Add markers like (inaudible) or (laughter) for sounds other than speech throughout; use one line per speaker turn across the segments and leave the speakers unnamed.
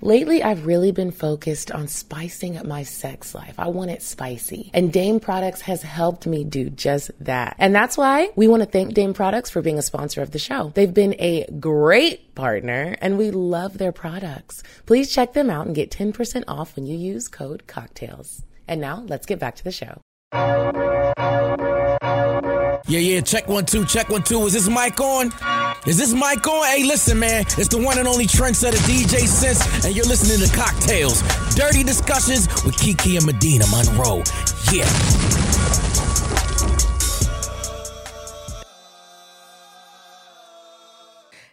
Lately, I've really been focused on spicing up my sex life. I want it spicy. And Dame Products has helped me do just that. And that's why we want to thank Dame Products for being a sponsor of the show. They've been a great partner and we love their products. Please check them out and get 10% off when you use code cocktails. And now let's get back to the show.
Yeah, yeah, check one, two, check one, two. Is this mic on? Is this mic on? Hey, listen, man. It's the one and only trendsetter DJ Sense, and you're listening to Cocktails, Dirty Discussions with Kiki and Medina Monroe. Yeah.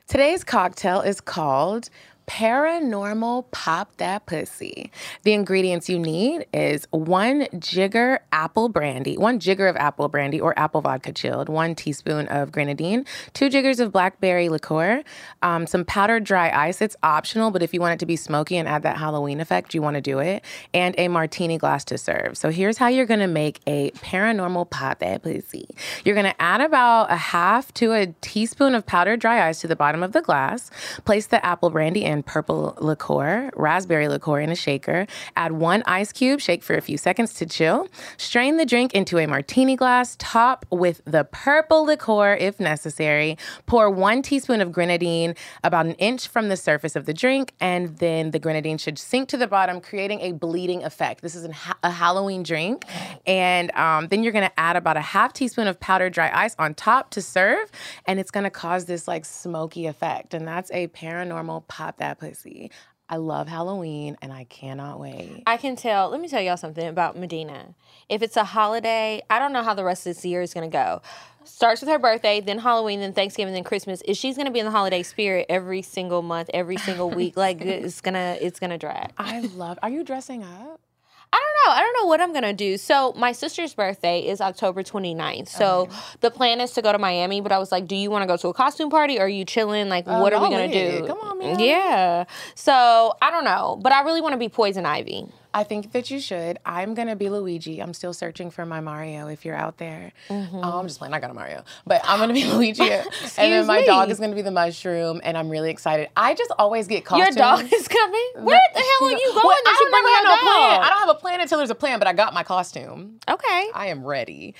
Today's cocktail is called Paranormal Pop That Pussy. The ingredients you need is one jigger apple brandy, one jigger of apple brandy or apple vodka chilled, one teaspoon of grenadine, two jiggers of blackberry liqueur, um, some powdered dry ice. It's optional, but if you want it to be smoky and add that Halloween effect, you want to do it, and a martini glass to serve. So here's how you're going to make a paranormal pot that pussy. You're going to add about a half to a teaspoon of powdered dry ice to the bottom of the glass. Place the apple brandy and purple liqueur, raspberry liqueur in a shaker. Add one ice cube, shake for a few seconds to chill. Strain the drink into a martini glass, top with the purple liqueur if necessary. Pour one teaspoon of grenadine about an inch from the surface of the drink, and then the grenadine should sink to the bottom, creating a bleeding effect. This is an, ha- a Halloween drink. And um, then you're gonna add about a half teaspoon of powdered dry ice on top to serve, and it's gonna cause this like smoky effect. And that's a paranormal pop that pussy. I love Halloween and I cannot wait.
I can tell. Let me tell y'all something about Medina. If it's a holiday, I don't know how the rest of this year is going to go. Starts with her birthday, then Halloween, then Thanksgiving, then Christmas. Is she's going to be in the holiday spirit every single month, every
(laughs)
single week? Like it's gonna, it's gonna drag.
I love. Are you dressing up?
I don't know. I don't know what I'm going to do. So, my sister's birthday is October 29th. So, the plan is to go to Miami, but I was like, do you want to go to a costume party or are you chilling? Like, what are we
Oh, y'all
going to
lit.
do?
Come on, man.
Yeah. So, I don't know, but I really want to be Poison Ivy.
I think that you should. I'm gonna be Luigi. I'm still searching for my Mario. If you're out there, oh, I'm just playing. I got a Mario, but I'm gonna be (laughs) Luigi, and then
Mm-hmm. Excuse
my dog
me.
is gonna be the mushroom, and I'm really excited. I just always get caught. (laughs)
Your dog is (laughs) coming? Where the hell are you going?
Well,
that
I
you
don't
bring
never have
your
no plan.
dog?
I don't have a plan until there's a plan. But I got my costume.
Okay.
I am ready.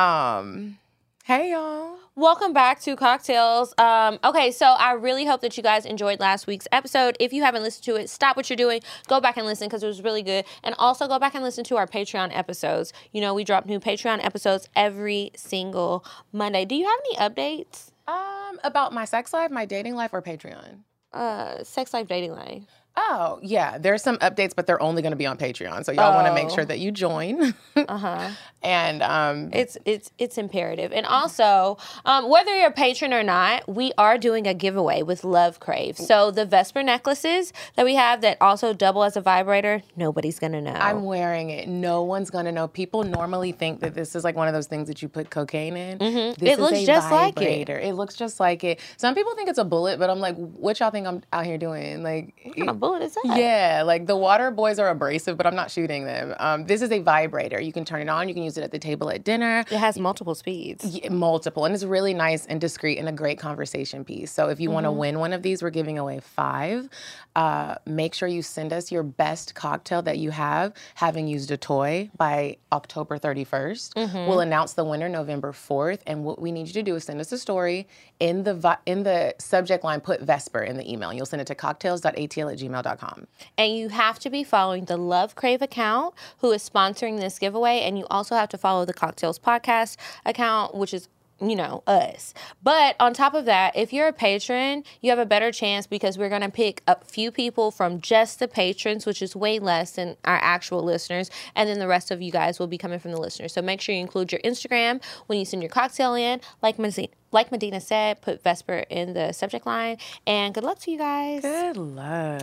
Um, hey y'all.
Welcome back to Cocktails. Um, okay, so I really hope that you guys enjoyed last week's episode. If you haven't listened to it, stop what you're doing, go back and listen because it was really good. And also go back and listen to our Patreon episodes. You know, we drop new Patreon episodes every single Monday. Do you have any updates?
Um, about my sex life, my dating life, or Patreon.
Uh, sex life, dating life.
Oh yeah, there's some updates, but they're only going to be on Patreon. So y'all want to make
Oh. Uh-huh.
sure that you join. (laughs) uh huh. And um,
It's it's it's imperative. And also, um, whether you're a patron or not, we are doing a giveaway with Love Crave. So the Vesper necklaces that we have that also double as a vibrator, nobody's gonna know.
I'm wearing it. No one's gonna know. People normally think that this is like one of those things that you put cocaine in. This
Mm-hmm. It
is
looks
a
just like it.
vibrator. It looks just like it. Some people think it's a bullet, but I'm like, what y'all think I'm out here doing? Like,
What kind of bullet is that?
yeah, like the water boys are abrasive, but I'm not shooting them. Um, this is a vibrator. You can turn it on. You can use it at the table at dinner.
It has multiple speeds.
Yeah, multiple and it's really nice and discreet and a great conversation piece so if you want to win one of these we're giving away five uh, make sure you send us your best cocktail that you have having used a toy by october 31st we'll announce the winner november 4th and what we need you to do is send us a story in the vi- in the subject line put vesper in the email and you'll send it to cocktails.atl at gmail.com
And you have to be following the Love Crave account, who is sponsoring this giveaway. And you also have to follow the Cocktails Podcast account, which is you know us but on top of that if you're a patron you have a better chance because we're going to pick a few people from just the patrons which is way less than our actual listeners and then the rest of you guys will be coming from the listeners so make sure you include your instagram when you send your cocktail in like medina, like medina said put vesper in the subject line and good luck to you guys
good luck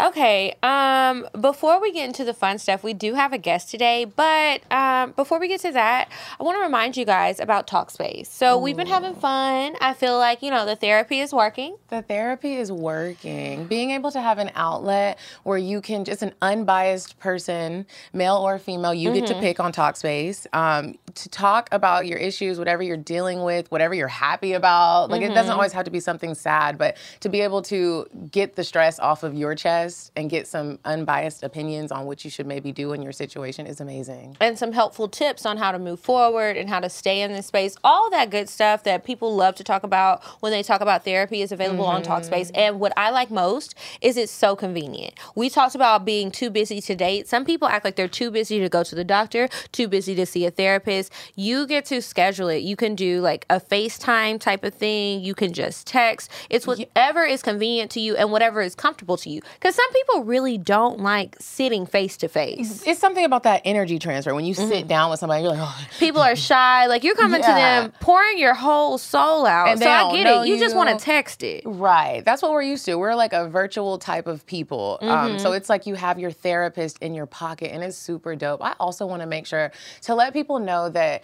Okay. Um, before we get into the fun stuff, we do have a guest today, but um, before we get to that, I want to remind you guys about Talkspace. So we've been having fun. I feel like you know the therapy is working.
The therapy is working. Being able to have an outlet where you can just an unbiased person, male or female, you get to pick on Talkspace um, to talk about your issues, whatever you're dealing with, whatever you're happy about. Like it doesn't always have to be something sad, but to be able to get the stress off of your chest podcast and get some unbiased opinions on what you should maybe do in your situation is amazing.
and some helpful tips on how to move forward and how to stay in this space. All that good stuff that people love to talk about when they talk about therapy is available on TalkSpace. And what I like most is it's so convenient. We talked about being too busy to date. Some people act like they're too busy to go to the doctor, too busy to see a therapist. You get to schedule it. You can do like a FaceTime type of thing. You can just text. It's whatever is convenient to you and whatever is comfortable to you. Because some people really don't like sitting face to face.
It's something about that energy transfer. When you sit down with somebody, you're like, oh,
people are shy. Like you're coming
Yeah.
to them, pouring your whole soul out.
And they
so I
don't
get
know
it. You, just
you.
want to text it.
Right. That's what we're used to. We're like a virtual type of people. Um, so it's like you have your therapist in your pocket and it's super dope. I also want to make sure to let people know that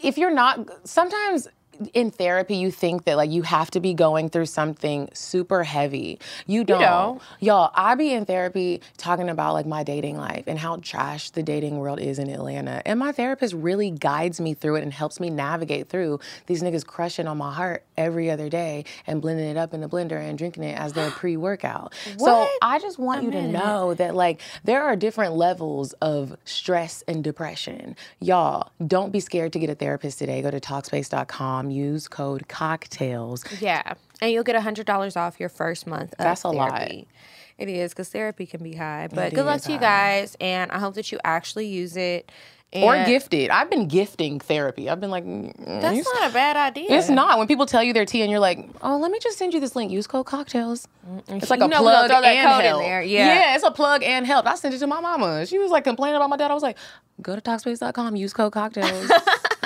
if you're not, sometimes in therapy you think that like you have to be going through something super heavy you don't,
don't.
y'all i be in therapy talking about like my dating life and how trash the dating world is in atlanta and my therapist really guides me through it and helps me navigate through these niggas crushing on my heart every other day and blending it up in a blender and drinking it as
(gasps)
their pre-workout so
What?
i just want you to know that like there are different levels of stress and depression y'all don't be scared to get a therapist today go to talkspace.com use code cocktails
Yeah, and you'll get hundred dollars off your first month. Of
That's a lot.
therapy. It is because therapy can be high. But good luck to you guys, and I hope that you actually use it. And
or gifted i've been gifting therapy i've been like mm,
That's
you
not a bad idea.
It's not. When people tell you their tea and you're like, oh, let me just send you this link. Use code cocktails. It's like
You
a
know we
plug
gonna throw that
and
code in
help.
there, yeah.
it's a plug and help. I sent it to my mama. She was like complaining about my dad. I was like, go to talkspace.com. Use code
(laughs)
cocktails.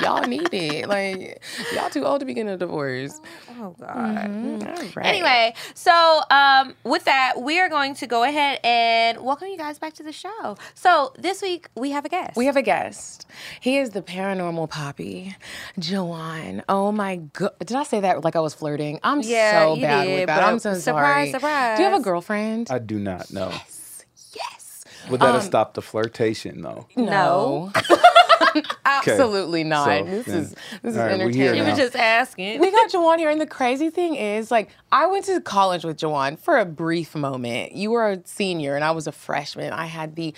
y'all need it. Like, y'all too old to be getting a divorce.
Oh God.
Right.
Anyway, so um, with that, we are going to go ahead and welcome you guys back to the show. So this week we have a guest.
We have a guest. He is the paranormal poppy, Joanne. Oh my god! Did I say that like I was flirting? I'm
Yeah,
so
you
bad
did,
with that. I'm
but
so sorry.
surprise,
Do you have
surprise.
a girlfriend?
I do not know.
yes. Um,
Would that have stopped the flirtation though?
no.
Absolutely not.
So,
this
then-
is this is
all right, we're here
entertaining.
You
now.
were just asking.
we got Jawan here, and the crazy thing is, like, I went to college with Jawan for a brief moment. You were a senior, and I was a freshman. I had the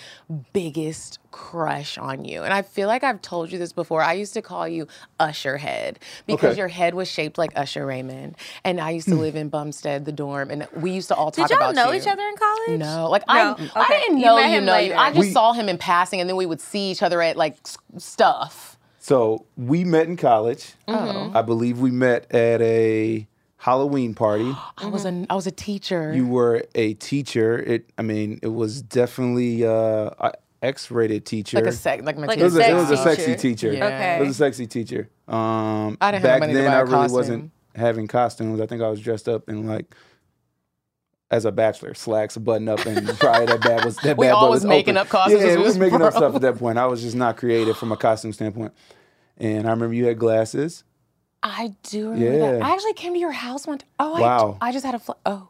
biggest crush on you, and I feel like I've told you this before. I used to call you Usher Head because
Okay.
your head was shaped like Usher Raymond, and I used to live in Bumstead, the dorm, and we used to all talk
Did y'all
about
know
you.
each other in college?
No, like I,
No?
I
Okay.
didn't
You
know
met
you,
him
know you.
later.
I just
We-
saw him in passing, and then we would see each other at like s- stuff.
So we met in college.
Mm-hmm.
I believe we met at a
(gasps)
Halloween party.
I was
Mm-hmm.
a I was a teacher.
you were a teacher. It, I mean, it was definitely uh, a X-rated teacher.
like a sex, like,
Like
it, was a, it was a
Sexy
sexy
teacher.
teacher.
Yeah.
It was a sexy teacher. Um,
I didn't have
back
money to
then,
buy a
I really
costume.
wasn't having costumes. I think I was dressed up in like. As a bachelor, slacks, button up, and probably that bag was
(laughs)
that
We
bad
all
boy
was making
open.
up costumes
Yeah,
as we
we
was
was making up
broke.
stuff at that point. I was just not creative from a costume standpoint. And I remember you had glasses.
I do remember that.
Yeah.
I actually came to your house one. T- oh,
Wow.
I, I just had a fl- oh.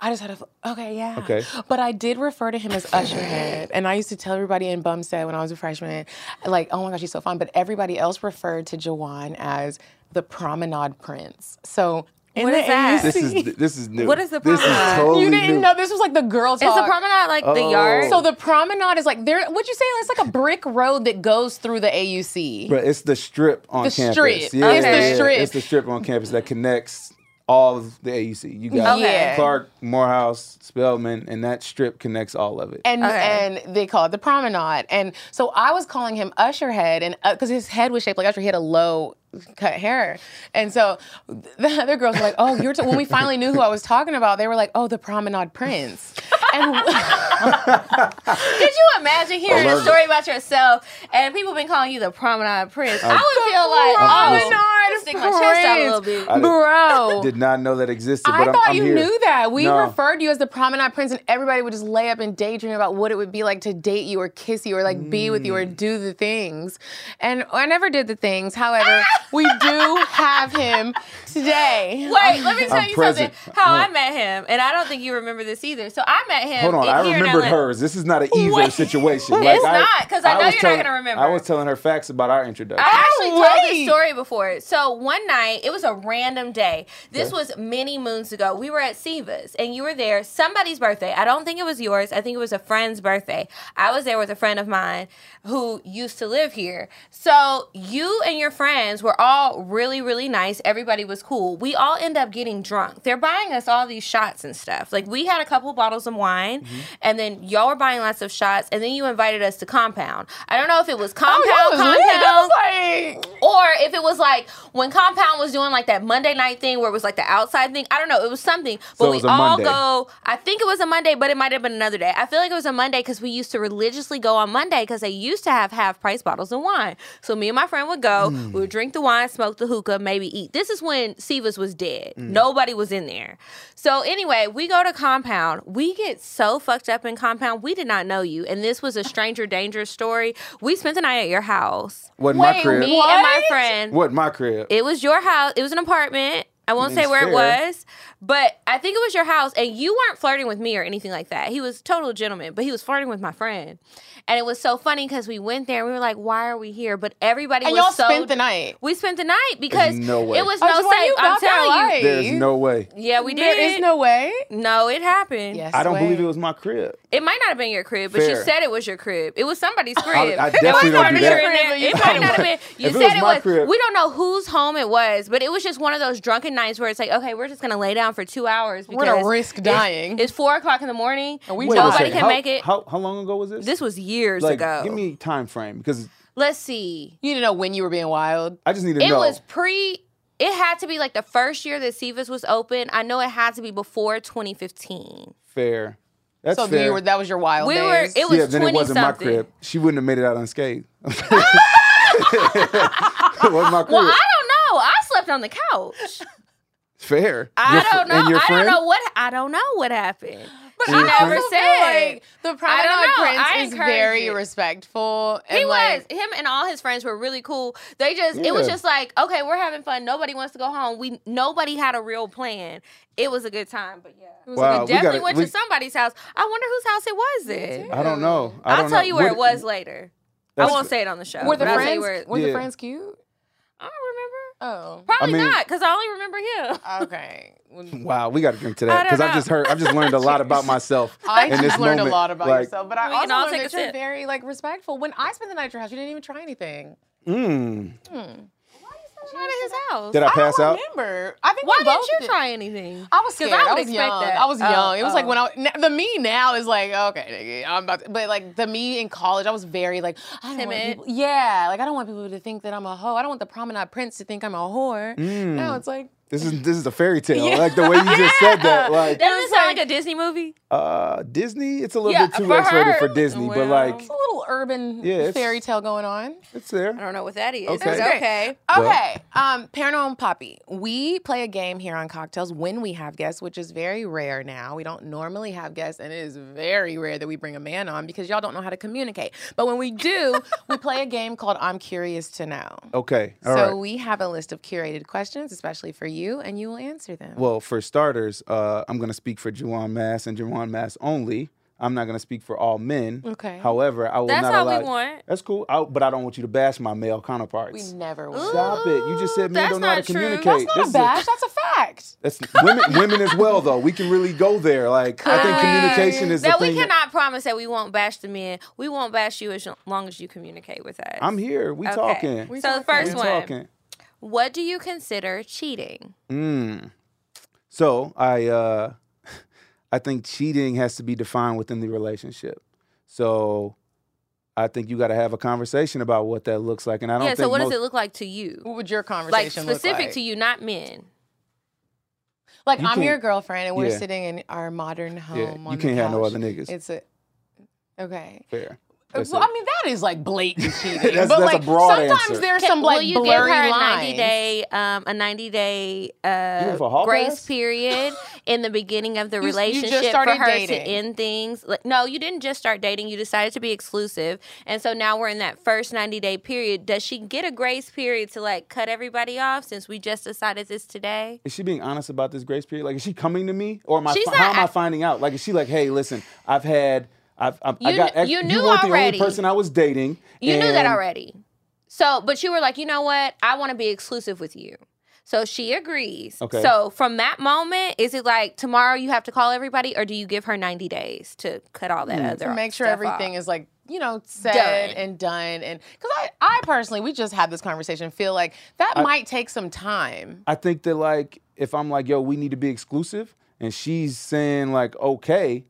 I just had a fl- okay, yeah.
Okay.
But I did refer to him as Usherhead, and I used to tell everybody in Bumstead when I was a freshman, like, oh my gosh, he's so fun. But everybody else referred to Jawan as the Promenade Prince. So in
What
the
is that?
(laughs)
This is
AUC
this is new.
What is the
This is
promenade?
totally
you didn't
new.
know this was like the girl
Is
talk.
the promenade like the yard?
So the promenade is like there. Would you say it's like a brick road that goes through the AUC?
But it's the strip on
The
campus.
strip.
Yeah,
It's the
yeah,
strip.
It's the strip on campus that connects all of the AUC. You got
Okay.
Clark, Morehouse, Spelman, and that strip connects all of it.
and
Okay.
and they call it the promenade. And so I was calling him Usher Head, and because his head was shaped like Usher, he had a low cut hair. And so (laughs) the other girls were like, "Oh, you're." T-. When we finally knew who I was talking about, they were like, "Oh, the promenade prince." (laughs) And
Could you imagine hearing
I
a
love
story about yourself and people been calling you the promenade prince? I would feel like,
promenade
oh, I stick my chest out a little bit.
I
bro.
Did not know that existed,
I
but I'm,
thought
I'm
you
here.
knew that. We
No.
referred to you as the promenade prince, and everybody would just lay up and daydream about what it would be like to date
Mm. (laughs)
you or kiss you or like be with you or do the things. And I never did the things. However, we do have him today.
Wait, let me tell you
present.
something. How I met him, and I don't think you remember this either. So I met him.
Hold on,
in-
I
here in
remembered
Atlanta.
hers. This is not an either
Wait.
situation.
It's not, 'cause I know
was
you're not
telling-
gonna remember. Ah,
I was telling her facts about our introduction.
I actually told
Oh, wait.
this story before. So one night, it was a random day. This was many moons ago. We were at Siva's, and you were there. Somebody's birthday. I don't think it was yours. I think it was a friend's birthday. I was there with a friend of mine who used to live here. So you and your friends were all really, really nice. Everybody was cool. We all end up getting drunk. They're buying us all these shots and stuff. Like we had a couple bottles of wine,
Mm-hmm.
and then y'all were buying lots of shots, and then you invited us to compound. I don't know if it oh, was compound,
That Oh, was lit.
compound,
I was like,
or if it was like when Compound was doing like that Monday night thing where it was like the outside thing. I don't know. It was something. But
So it
we
was a
all
Monday.
go, I think it was a Monday, but it might have been another day. I feel like it was a Monday because we used to religiously go on Monday because they used to have half price bottles of wine. So me and my friend would go,
Mm.
we would drink the wine, smoke the hookah, maybe eat. This is when Sivas was dead.
Mm.
Nobody was in there. So anyway, we go to Compound. We get so fucked up in Compound. We did not know you. And this was a stranger danger story. We spent the night at your house.
What
Wait,
my crib?
Me and my
What?
friend.
What my crib?
It was your house. It was an apartment. I won't say
It's
where it
fair.
was, but I think it was your house. And you weren't flirting with me or anything like that. He was a total gentleman, but he was flirting with my friend. And it was so funny because we went there and we were like, "Why are we here?" But everybody
and
was
y'all
so.
spent the night.
we spent the night because
no way.
it was
I
no
was like,
safe.
you
I'm
about that
telling you.
life.
There's no way.
Yeah, we did.
There is no way.
No, it happened.
Yes.
I don't
way.
believe it was my crib.
It might not have been your crib, but you
Fair.
said it was your crib. It was somebody's crib.
I
There
definitely
was
don't do
furniture
that.
in there.
Crib,
It
you
might not
(laughs)
have been. You
If it
said
was
it
my
was.
crib-
We don't know whose home it was, but it was just one of those drunken nights where it's like, okay, we're just gonna lay down for two hours.
We're gonna
because
risk
it's-
dying.
It's, four o'clock in the morning. And
we
we
Wait a
nobody
second.
can
how,
make it.
How, how long ago was this?
this was years
like,
ago.
give me time frame because
Let's see.
You didn't know when you were being wild.
I just need to
It
know.
was pre. It had to be like the first year that Sivas was open. I know it had to be before 2015.
fair. That's
So
fair.
you were that was your wild
We were.
days.
It was
yeah, then
20
it wasn't
something.
my crib. She wouldn't have made it out unscathed. (laughs) it
(laughs)
wasn't my crib.
Well, I don't know. I slept on the couch.
fair.
I
Your fr-
don't know.
And your
I
friend?
don't know what I don't know what happened. (gasps) But
And
I
your
never
friend?
said.
like the Promenade
know.
Prince
I
is
encourage
very
it.
respectful. And
he
like,
was him and all his friends were really cool. They just it was
Yeah.
just like okay, we're having fun. Nobody wants to go home. We nobody had a real plan. It was a good time, but yeah, it was a
Wow,
good-
we
definitely
gotta-
went
we-
to somebody's house. I wonder whose house it was. Then
I don't know. I
I'll
don't
tell
know.
you where
What-
it was later. I
that's
won't
fair.
say it on the show.
Were the
but I'll tell
friends
you where it-
were the
Yeah.
friends cute?
I don't remember.
Oh,
Probably
mean-
not because I only remember him.
okay.
Wow, we got to drink to
I
that
don't
because I've
know.
just heard, I've just learned a lot
(laughs)
about myself.
I
in
just
this
learned
moment.
a lot about
Like,
yourself, but I
We can
also
all
learned
take a
that you're
sip.
very like respectful. When I spent the night at your house, you didn't even try anything.
Mm,
Not at his house.
did I pass
I
out?
remember. I think
Why
we both
didn't you
did.
try anything?
I was
'Cause
scared. I,
would
was
expect
young.
that.
I was
Oh,
young. It was like
oh.
when I n- the me now is like okay, nigga, I'm about. To, but like the me in college, I was very like I don't
Timid.
want people. Yeah, like I don't want people to think that I'm a hoe. I don't want the promenade prince to think I'm a whore.
Mm.
Now it's like
This is this is a fairy tale. Like the way you just
(laughs)
said that. Like
Doesn't
was
it sound like,
like-
a Disney movie?
uh, Disney, it's a little
Yeah,
bit too
for
X-rated
her,
for Disney,
well.
but like
it's a little urban
Yeah, it's-
fairy tale going on.
it's there.
I don't know what that is.
Okay.
It's
That's
okay.
Well-
Okay, um, Paranormal Poppy. We play a game here on Cocktails when we have guests, which is very rare now. We don't normally have guests, and it is very rare that we bring a man on because y'all don't know how to communicate. But when we do,
(laughs)
we play a game called I'm Curious to Know.
Okay. all right.
so we have a list of curated questions, especially for you, and you will answer them.
Well, for starters, uh, I'm going to speak for Juwan Mass and Juwan Mass only. I'm not going to speak for all men.
Okay.
However, I will
That's
not
all
allow.
we want.
That's cool, I, but I don't want you to bash my male counterparts.
we never will.
Stop it! You just said men
That's
don't know how to
not true.
communicate.
That's
That's not a
This
bash. That's a fact.
is a- that's- women, women as well, though. We can really go there. Like I think communication is the
That we
thing. that-
cannot promise that we won't bash the men. We won't bash you as long as you communicate with us.
I'm here. We
Okay.
talking. We
so the first one.
talking.
What do you consider cheating?
Mm. So I uh (laughs) I think cheating has to be defined within the relationship. So I think you got to have a conversation about what that looks like, and I don't
Yeah.
think
So what
most,
does it look like to you?
What would your
Like
conversation
specific
look like?
to you, not men.
Like
You
I'm your
can't-
girlfriend, and we're
yeah.
sitting in our modern home.
Yeah,
on
you
the
can't have no
couch.
other niggas.
It's a okay.
fair.
Uh,
That's
well,
it.
I mean, that is like
(laughs)
blatant cheating. but
That's- that's a
like
broad
sometimes
answer.
there's
Can-
some
will
like
you give her
blurry
a
lines.
90 day um, a 90 day
went for a
uh,
hall
grace
pass?
period in the beginning of the
you just
relationship for
started
her
dating.
to end things Like, no you didn't just start dating you decided to be exclusive and so now we're in that first 90 day period does she get a grace period to like cut everybody off since we just decided this today
Is she being honest about this grace period? Like, is she coming to me, or am I?
She's
how am I
not-
finding out? Like, is she like, hey, listen, I've had, I've, I've I
You
got,
kn-
ex-
you knew
weren't
already.
the only person I was dating.
you knew that
and-
already so but you were like you know what i want to be exclusive with you so she agrees.
Okay.
So from that moment, is it like tomorrow you have to call everybody, or do you give her ninety days to cut all that
Mm.
other
to make sure
stuff off?
everything is like you know said
Done.
and done and because I, I personally we just had this conversation feel like that might take some time
I think that like, if I'm like, yo, we need to be exclusive, and she's saying like, okay,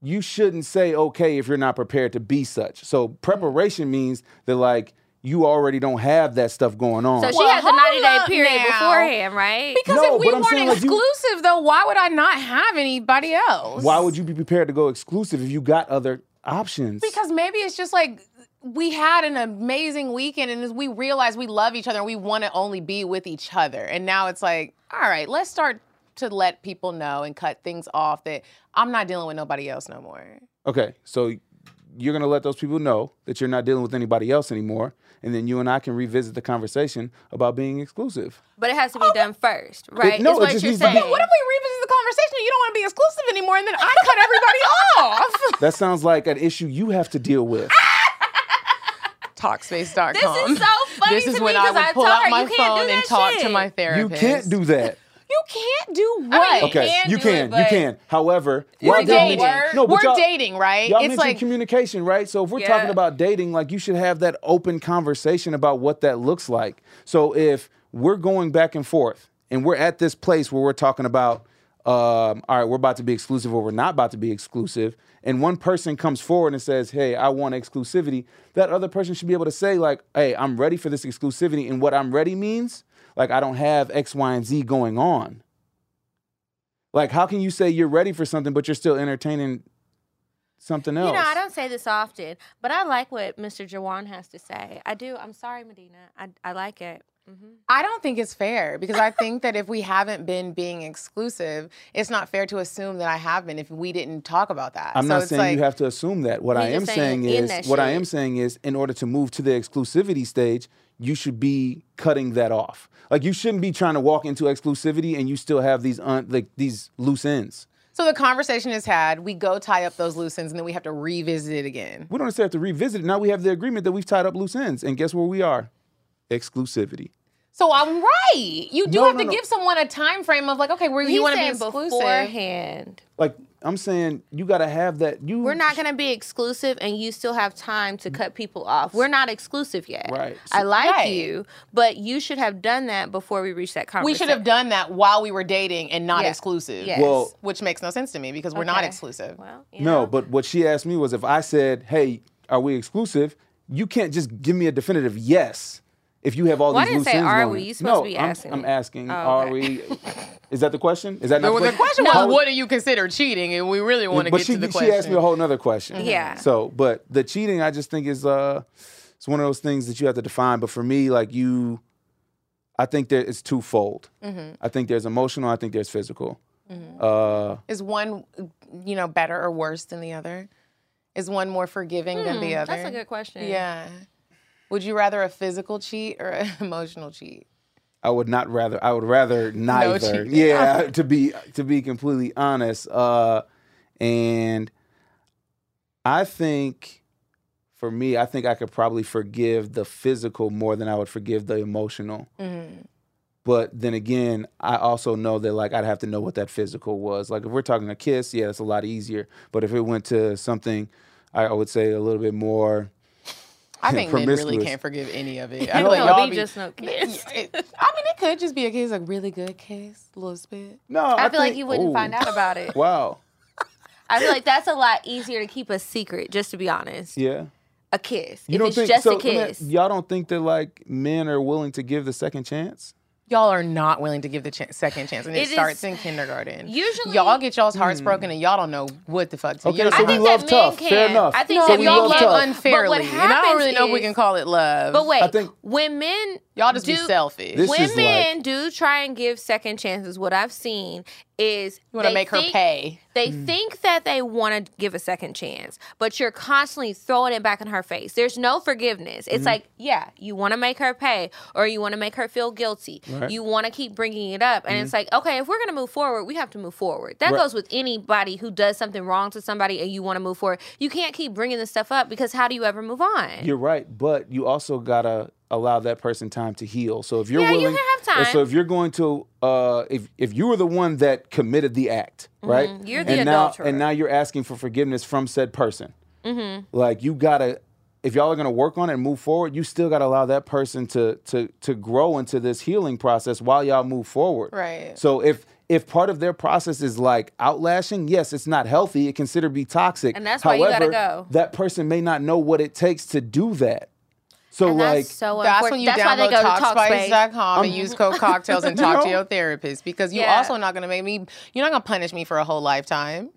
you shouldn't say okay if you're not prepared to be such. So preparation means that like you already don't have that stuff going on.
So she
Well,
has a
hold
90 day
up
period
now.
beforehand, right?
because
No,
if we
but I'm
weren't
saying, like, you-
exclusive though why would i not have anybody else
Why would you be prepared to go exclusive if you got other options?
because maybe it's just like we had an amazing weekend and we realized we love each other and we want to only be with each other and now it's like all right let's start to let people know and cut things off that i'm not dealing with nobody else no more
Okay, so you're gonna let those people know that you're not dealing with anybody else anymore, and then you and I can revisit the conversation about being exclusive.
but it has to be done first, right?
no,
is
it
what
just
you're
needs to be-
saying.
What if we revisit the conversation? and You don't want to be exclusive anymore, and then I cut everybody (laughs) off.
That sounds like an issue you have to deal with.
Talkspace.com.
This is so
(laughs)
funny
This is
to me
when I
'cause
would
I
pull
told
out
her,
my
"You can't do
phone and
that
talk to
shit."
my
you
therapist.
can't do that.
You can't do what?
Okay,
can
you
do it,
can, you
but-
can. However, y'all
We're
didn't
dating.
mention-
work.
No, but
We're
y'all,
dating, right?
Y'all
it's
mentioned
like
communication, right? So if we're
Yeah.
talking about dating, like you should have that open conversation about what that looks like. So if we're going back and forth and we're at this place where we're talking about, um, all right, we're about to be exclusive or we're not about to be exclusive, and one person comes forward and says, hey, I want exclusivity, that other person should be able to say, like, hey, I'm ready for this exclusivity. And what I'm ready means, like, I don't have X, Y, and Z going on. Like, how can you say you're ready for something, but you're still entertaining something else?
You know, I don't say this often, but I like what Mr. Jawan has to say. I do. I'm sorry, Medina. I, I like it.
I don't think it's fair because I think that if we haven't been being exclusive, it's not fair to assume that I have been if we didn't talk about that.
I'm
so
not
it's
saying
like,
you have to assume that. What I
You're
am
just
saying,
saying in
is,
that
what I
shit.
am saying is, in order to move to the exclusivity stage, you should be cutting that off. Like you shouldn't be trying to walk into exclusivity and you still have these un- like these loose ends.
So the conversation is had. We go tie up those loose ends, and then we have to revisit it again.
We don't necessarily have to revisit it. Now we have the agreement that we've tied up loose ends, and guess where we are? Exclusivity.
So I'm right. You do
No,
have
no,
to
no.
give someone a time frame of like, okay, where
He's
you want to be
saying
exclusive.
beforehand.
Like I'm saying, you got to have that. You
We're not going to be exclusive, and you still have time to cut people off. We're not exclusive yet.
Mm. Right.
I like
Right.
you, but you should have done that before we reach that
We
conversation.
should have done that while we were dating and not
Yeah.
exclusive.
Yes.
Well,
Which makes no sense to me because we're not
Okay.
exclusive.
Well, you
No,
know.
but what she asked me was if I said, "Hey, are we exclusive?" You can't just give me a definitive yes if you have all
Well, I
these
didn't
loose
say,
ends.
are
going.
we? You're supposed
no,
to be
I'm,
asking
I'm
me.
asking.
Oh,
Are
okay.
we? (laughs) Is that the question? Is that not
Well, the question
No.
was, what do you consider cheating? And we really want to
but
get
she,
to the
she
question.
asked me a whole nother question.
Yeah.
So, but the cheating, I just think is uh, it's one of those things that you have to define. But for me, like you, I think that it's twofold.
Mm-hmm.
I think there's emotional. I think there's physical. Uh,
Is one, you know, better or worse than the other? Is one more forgiving than the other?
Hmm, mm, That's a good question.
Yeah. Would you rather a physical cheat or an (laughs) emotional cheat?
I would not rather. I would rather neither.
cheating.
yeah,
(laughs)
to be to be completely honest. Uh, and I think for me, I think I could probably forgive the physical more than I would forgive the emotional.
Mm-hmm.
But then again, I also know that like I'd have to know what that physical was. Like if we're talking a kiss, yeah, it's a lot easier. But if it went to something, I I would say a little bit more. (laughs)
I think men really
Promiscuous.
can't forgive any
(laughs)
of it. I
No,
feel like
it'd
y'all
be
be- (laughs)
just no kiss.
It- I mean, it could just be a kiss, a really good kiss, a little spit.
No,
I, feel like
think-
you wouldn't
Ooh.
find out about it.
Wow.
I feel like that's a lot easier to keep a secret, just to be honest.
Yeah.
A kiss.
You
if
don't
it's
think
just a
so, let me-
kiss.
y'all don't think that like men are willing to give the second chance?
Y'all are not willing to give the ch- second chance, and it,
It is-
starts in kindergarten.
Usually-
y'all get y'all's hearts broken, and y'all don't know what the fuck to.
Hmm. Okay,
do.
so
I
we
think
love
that men
tough. Fair
can.
enough.
I think
no,
so
but
we
y'all
love
love
tough.
unfairly,
But what
and I don't really know if we
happens
can
is-
call it love.
But wait,
I think-
when men
y'all just
do,
be selfish.
This
Women
is like-
do try and give second chances. What I've seen is
you want to
they
make her
think-
pay.
They
Hmm.
think that they want to give a second chance, but you're constantly throwing it back in her face. There's no forgiveness.
Mm-hmm.
It's like, yeah, you want to make her pay or you want to make her feel guilty. You want to keep bringing it up. And it's like, okay, if we're going to move forward, we have to move forward. That
Mm-hmm. Right.
goes with anybody who does something wrong to somebody and you want to move forward. You can't keep bringing this stuff up because how do you ever move on?
You're right, but you also gotta allow that person time to heal. So if you're
Yeah, you
willing,
can have time.
so if you're going to, uh, if if you were the one that committed the act, right?
Mm-hmm. You're the
and now,
adulterer. Mm-hmm.
and now you're asking for forgiveness from said person. Like you gotta, if y'all are gonna work on it and move forward, you still gotta allow that person to to to grow into this healing process while y'all move forward.
Right.
So if if part of their process is like outlashing, yes, it's not healthy. It can consider be toxic.
And that's why you gotta go.
That person may not know what it takes to do that. So
And
like
that's so
That's
unfor-
when you
Oh, that's why they
download
go to Talkspace. Um,
TalkSpice.com and use code cocktails
(laughs)
and talk to
No.
your therapist because you're
Yeah.
also not going to make me. You're not going to punish me for a whole lifetime.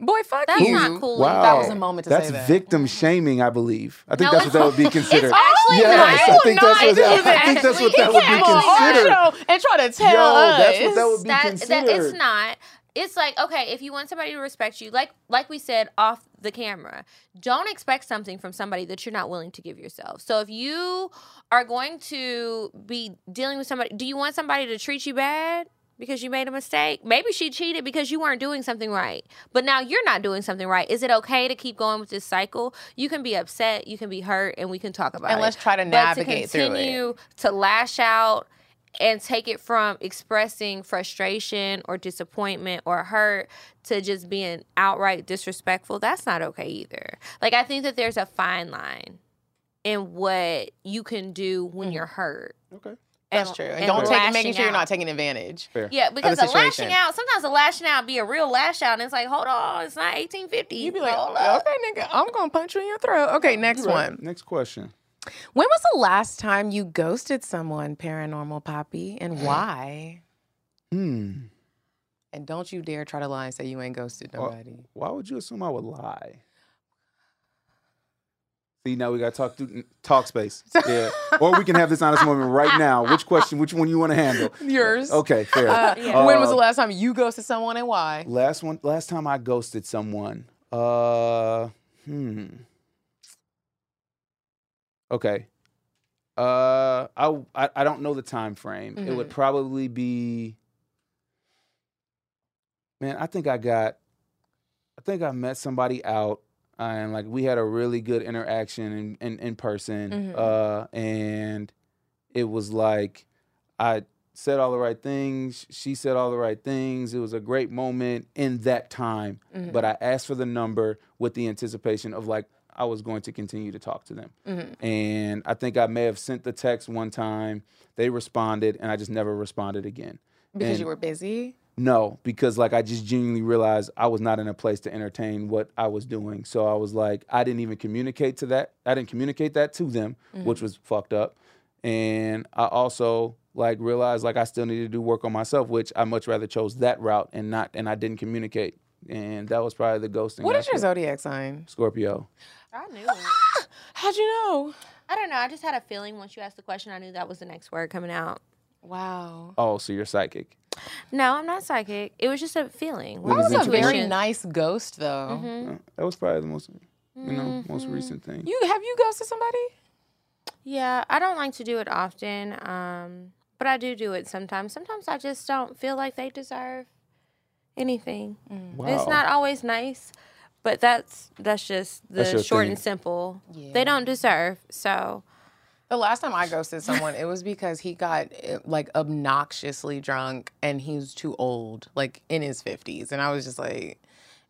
Boy, fuck
That's
you.
not cool.
hmm. wow,
That was a moment to
that's
say that.
victim shaming, I believe. I think
No,
that's what that
(laughs)
would be considered.
actually
yes,
not.
I think that's what that, I think that's what that would
Come
be
on our
considered.
show and try to tell
Yo,
us.
that's what that would be
that
considered.
it's not. It's like okay, if you want somebody to respect you, like like we said off the camera, don't expect something from somebody that you're not willing to give yourself. So if you are going to be dealing with somebody, do you want somebody to treat you bad? Because you made a mistake. Maybe she cheated because you weren't doing something right. But now you're not doing something right. Is it okay to keep going with this cycle? You can be upset, you can be hurt, and we can talk about it.
And let's try to
But
navigate through it.
continue to lash out and take it from expressing frustration or disappointment or hurt to just being outright disrespectful, that's not okay either. Like, I think that there's a fine line in what you can do when
Mm-hmm.
you're hurt.
Okay.
That's
And-
true. And,
and
don't take
lashing
making sure you're
out.
not taking advantage.
Fair.
Yeah, because
the
a lashing
situation.
out, sometimes a lashing out be a real lash out, and it's like, hold on, it's not 1850.
You'd be like,
Hold
"Oh,
up.
okay, nigga, I'm gonna punch you in your throat. Okay, next one.
Next question.
When was the last time you ghosted someone, paranormal poppy, and
(gasps)
why?
Hmm.
And don't you dare try to lie and say you ain't ghosted
Well,
nobody.
Why would you assume I would lie? See, now we gotta talk through talk space.
(laughs)
Yeah. or we can have this honest moment right now. Which question? Which one you want
(laughs)
to handle?
(laughs) Yours.
Okay, fair.
Uh, When was
Uh,
the last time you ghosted someone and why?
Last one. Last time I ghosted someone. Uh, hmm. Okay. Uh, I I, I don't know the time frame. It would probably be. Man, I think I got. I think I met somebody out, uh, and like we had a really good interaction in in, in person.
Mhm.
Uh, and it was like I said all the right things. She said all the right things. It was a great moment in that time. But I asked for the number with the anticipation of like I was going to continue to talk to them. And I think I may have sent the text one time. They responded, and I just never responded again.
Because
and-
you were busy.
No, because like I just genuinely realized I was not in a place to entertain what I was doing. So I was like, I didn't even communicate to that. I didn't communicate that to them,
Mm.
which was fucked up. And I also like realized like I still needed to do work on myself, which I much rather chose that route and not and I didn't communicate. And that was probably the ghosting.
What is your
aspect.
zodiac sign?
Scorpio?
I knew.
How'd you know?
I don't know. I just had a feeling once you asked the question, I knew that was the next word coming out.
Wow.
Oh, so you're psychic.
No, I'm not psychic. It was just a feeling.
That was a
Intuition.
very nice ghost, though.
Mm-hmm. Uh, That was probably the most you know, most
Mm-hmm.
recent thing.
You have you ghosted somebody?
Yeah, I don't like to do it often, um, but I do do it sometimes. Sometimes I just don't feel like they deserve anything. It's not always nice, but that's that's just the
That's your
short
thing.
and simple.
Yeah.
They don't deserve. So
The last time I ghosted someone, it was (laughs) because he got eh, like obnoxiously drunk and he was too old, like in his 50s. And I was just like,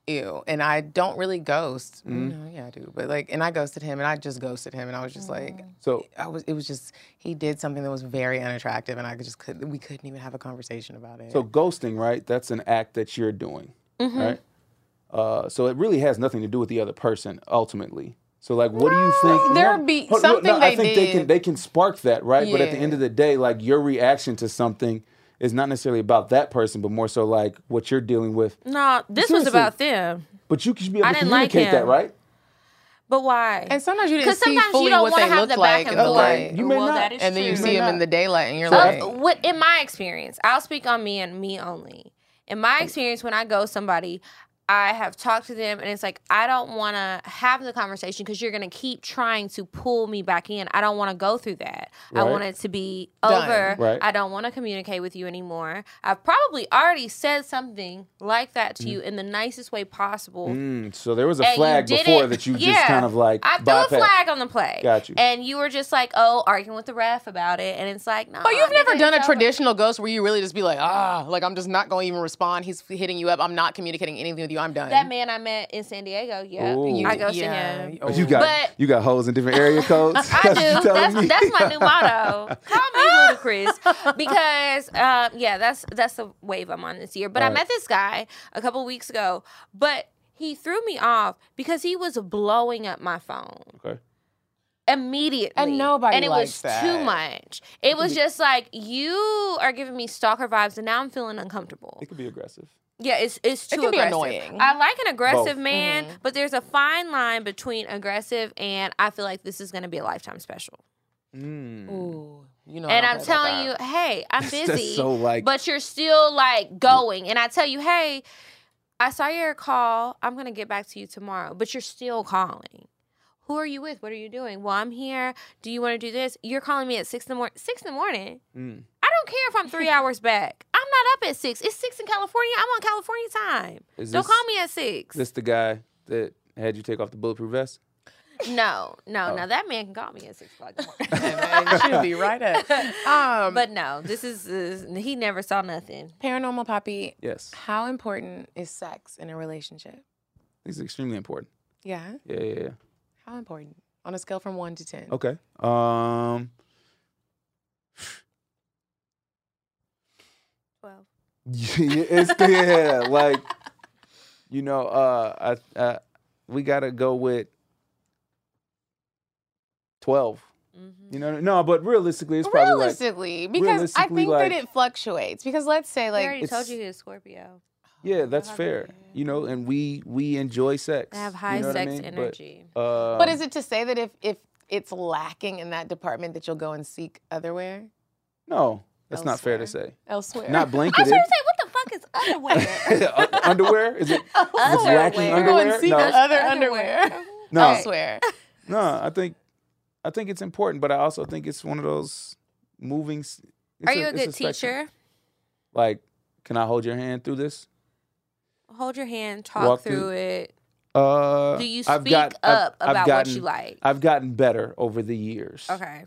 ew. And I don't really ghost.
Mm-hmm.
No, yeah, I do. But like, and I ghosted him and I just ghosted him. And I was just like,
So
I was, it was just, he did something that was very unattractive and I could just couldn't, we couldn't even have a conversation about it.
So ghosting, right? That's an act that
Mm-hmm.
you're doing, right? Uh, so it really has nothing to do with the other person ultimately. So like, what do you think?
There be
hold-
something
I
they
think they can
did.
they can spark that, right? But at the
Yeah.
end of the day, like your reaction to something is not necessarily about that person, but more so like what you're dealing with.
No, this was
Seriously.
about them.
But you should be able
I
to
didn't like
communicate that,
him.
right?
But why?
And sometimes you didn't
'Cause
see
sometimes
fully
you don't
what
want
they
to have
look
the
like Oh,
back and
in the
forth.
light,
You may
well,
not.
that is
and then you
true.
see him in the daylight, and you're
So,
like,
what in my experience, I'll speak on me and me only. In
Mm.
my experience, when I go somebody, I have talked to them, and it's like I don't want to have the conversation because you're going to keep trying to pull me back in. I don't want to go through that. I
Right.
want it to be
Done.
over.
Right.
I don't want to communicate with you anymore. I've probably already said something like that to you in the nicest way possible.
Mm, so there was a
And you
flag
didn't-
before that you just
yeah.
kind of like
I threw
bypassed.
a flag on the play.
Got you.
And you were just like, oh, arguing with the ref about it. And it's like, no.
But you've never done a traditional ghost where you really just be like, ah, like I'm just not going to even respond. He's hitting you up. I'm not communicating anything with you. I'm done.
That man I met in San Diego, yeah.
Ooh. You-
I go to him.
yeah.
You got
But-
you got holes in different area
(laughs)
codes. (laughs)
I
That's what you
do.
telling
That's,
me?
that's my new
(laughs)
motto. Call me ludicrous because, um, yeah, that's that's the wave I'm on this year. But I
Right.
met this guy a couple weeks ago, but he threw me off because he was blowing up my phone.
Okay.
immediately.
And nobody
And it
likes
was
that.
too much. It was just like you are giving me stalker vibes, and now I'm feeling uncomfortable.
It could be aggressive.
Yeah, it's it's too
can be
aggressive.
annoying. Mm-hmm.
I like an aggressive
Both.
man, but there's a fine line between aggressive and I feel like this is going to be a lifetime special.
Mm.
Ooh, you know.
and I'm telling you, hey,
(laughs)
I'm busy,
(laughs) That's so, like-
but you're still like going. And I tell you, hey, I saw your call. I'm gonna get back to you tomorrow, but you're still calling. Who are you with? What are you doing? Well, I'm here. Do you want to do this? You're calling me at six in the morning. Six in the morning.
mm,
I don't care if I'm
(laughs)
three hours back. I'm not up at six. It's six in California. I'm on California time.
Is
don't
this-
call me at six.
This the guy that had you take off the bulletproof vest.
no, no,
Oh.
no. That man can call me at six o'clock. in the morning.
(laughs)
(laughs)
it should be right up. (laughs) Um,
but no, this is is- he never saw nothing.
paranormal poppy.
Yes,
How important is sex in a relationship?
it's extremely important.
Yeah.
Yeah, yeah, yeah.
How important? On a scale from one to ten.
Okay. Um, (laughs)
Twelve.
yeah, it's yeah, like you know, uh, I, I we gotta go with twelve.
Mm-hmm.
You know, no, but realistically, it's probably like
Realistically, because
realistically,
I think
like-
that it fluctuates. Because let's say,
I already
like,
told
it's-
you he's Scorpio.
yeah, that's fair. You know, and we we enjoy sex.
I have
you
high
know what I
sex
mean? But,
energy.
uh,
but is it to say that if if it's lacking in that department, that you'll go and seek otherwhere,
no, that's not fair to say.
elsewhere?
(laughs)
Not
I was
blanketed.
trying to say, what the fuck is (laughs) underwear?
(laughs) Uh,
(laughs)
underwear? Is it? It's
Underwear.
lacking
Go
underwear?
and seek
No,
other
Underwear.
underwear,
(laughs)
No.
elsewhere.
no. I think, I think it's important, but I also think it's one of those moving. s- it's
Are you a
it's
good
spectrum.
teacher?
Like, can I hold your hand through this?
Hold your hand, talk
Walk
through
through-
it.
Uh,
Do you speak
I've got- I've-
up
I've
about what
gotten-
you like?
I've gotten better over the years.
Okay.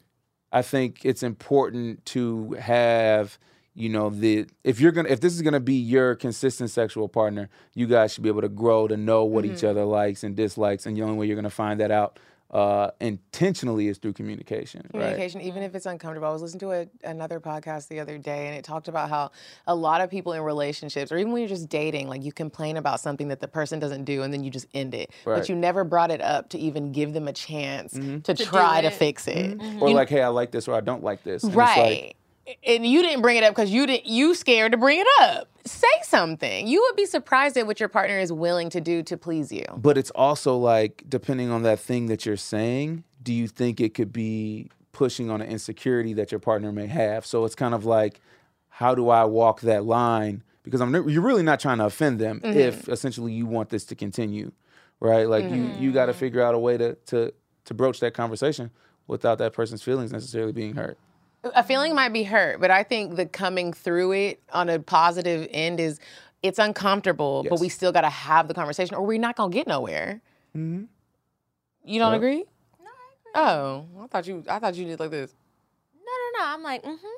I think it's important to have, you know, the if you're gonna if this is gonna be your consistent sexual partner, you guys should be able to grow to know what each
Mm-hmm.
other likes and dislikes, and the only way you're gonna find that out uh, intentionally is through communication. Right?
communication, even if it's uncomfortable. I was listening to a, another podcast the other day, and it talked about how a lot of people in relationships, or even when you're just dating, like you complain about something that the person doesn't do, and then you just end it.
Right. Mm-hmm.
But you never brought it up to even give them a chance to, try to
it.
fix it.
Or like, hey, I like this or I don't like this. And Mm-hmm. it's like,
Right. and you didn't bring it up because you didn't you scared to bring it up. Say something. You would be surprised at what your partner is willing to do to please you.
but it's also like depending on that thing that you're saying do you think it could be pushing on an insecurity that your partner may have so it's kind of like how do i walk that line because i'm you're really not trying to offend them
Mm-hmm.
if essentially you want this to continue right like
Mm-hmm.
you you got to figure out a way to to to broach that conversation without that person's feelings necessarily being hurt
A feeling might be hurt, but I think the coming through it on a positive end is it's uncomfortable, but
Yes.
we still got to have the conversation or we're not going to get nowhere. You don't agree? No, I agree. Oh, I thought you I thought you did like this.
No, no, no. I'm like, mm hmm.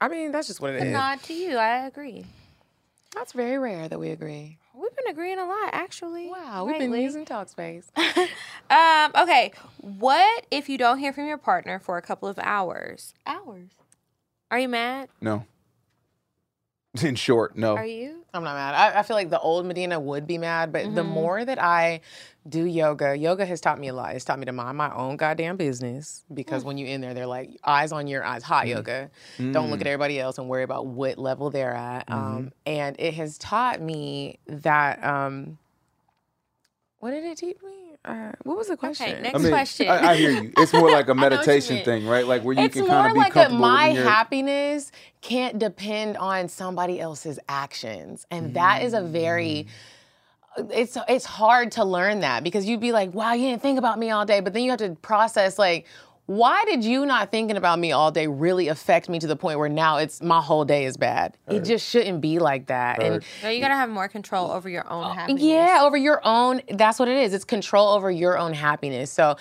I mean, that's just what it is.
Nod to you. I agree.
That's very rare that we agree.
We've been agreeing a lot, actually.
Wow, we've been
lately.
using talk space.
(laughs) Um, okay. What if you don't hear from your partner for a couple of hours? Hours. Are you mad?
no (laughs) In short, no.
Are you?
I'm not mad. I, I feel like the old Medina would be mad, but the more that I do yoga, yoga has taught me a lot. It's taught me to mind my own goddamn business because when you're in there, they're like eyes on your eyes, hot yoga. Don't look at everybody else and worry about what level they're at. Um, and it has taught me that. Um, what did it teach me? Uh, what was the question?
next
I mean,
question.
I, I hear you. It's more
(laughs)
like a
what you
meditation
meant.
thing, right? Like where you
it's
can kind
more
of be
like a
comfortable.
my
in your,
happiness can't depend on somebody else's actions and that is a very
Mm.
it's it's hard to learn that because you'd be like wow you didn't think about me all day but then you have to process like why did you not thinking about me all day really affect me to the point where now it's my whole day is bad it just shouldn't be like that and
No, you gotta have more control over your own happiness.
yeah, over your own. That's what it is. It's control over your own happiness. So,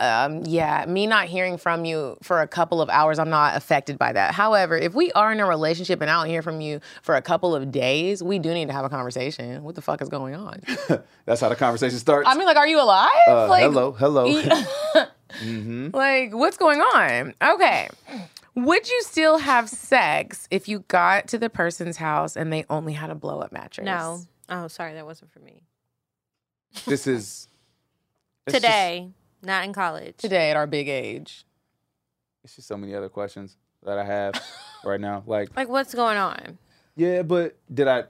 um, yeah, me not hearing from you for a couple of hours, I'm not affected by that. However, if we are in a relationship and I don't hear from you for a couple of days, we do need to have a conversation. What the fuck is going on?
That's how the conversation starts.
I mean, like, are you alive?
Uh,
like,
hello, hello.
e-
(laughs)
(laughs)
Mm-hmm.
Like, what's going on? Okay. Would you still have sex if you got to the person's house and they only had a blow up mattress?
No. Oh, sorry, that wasn't for me.
this is it's just-
Today, not in college.
Today at our big age.
it's just so many other questions that I have right now. Like,
Like, what's going on?
yeah, but did I?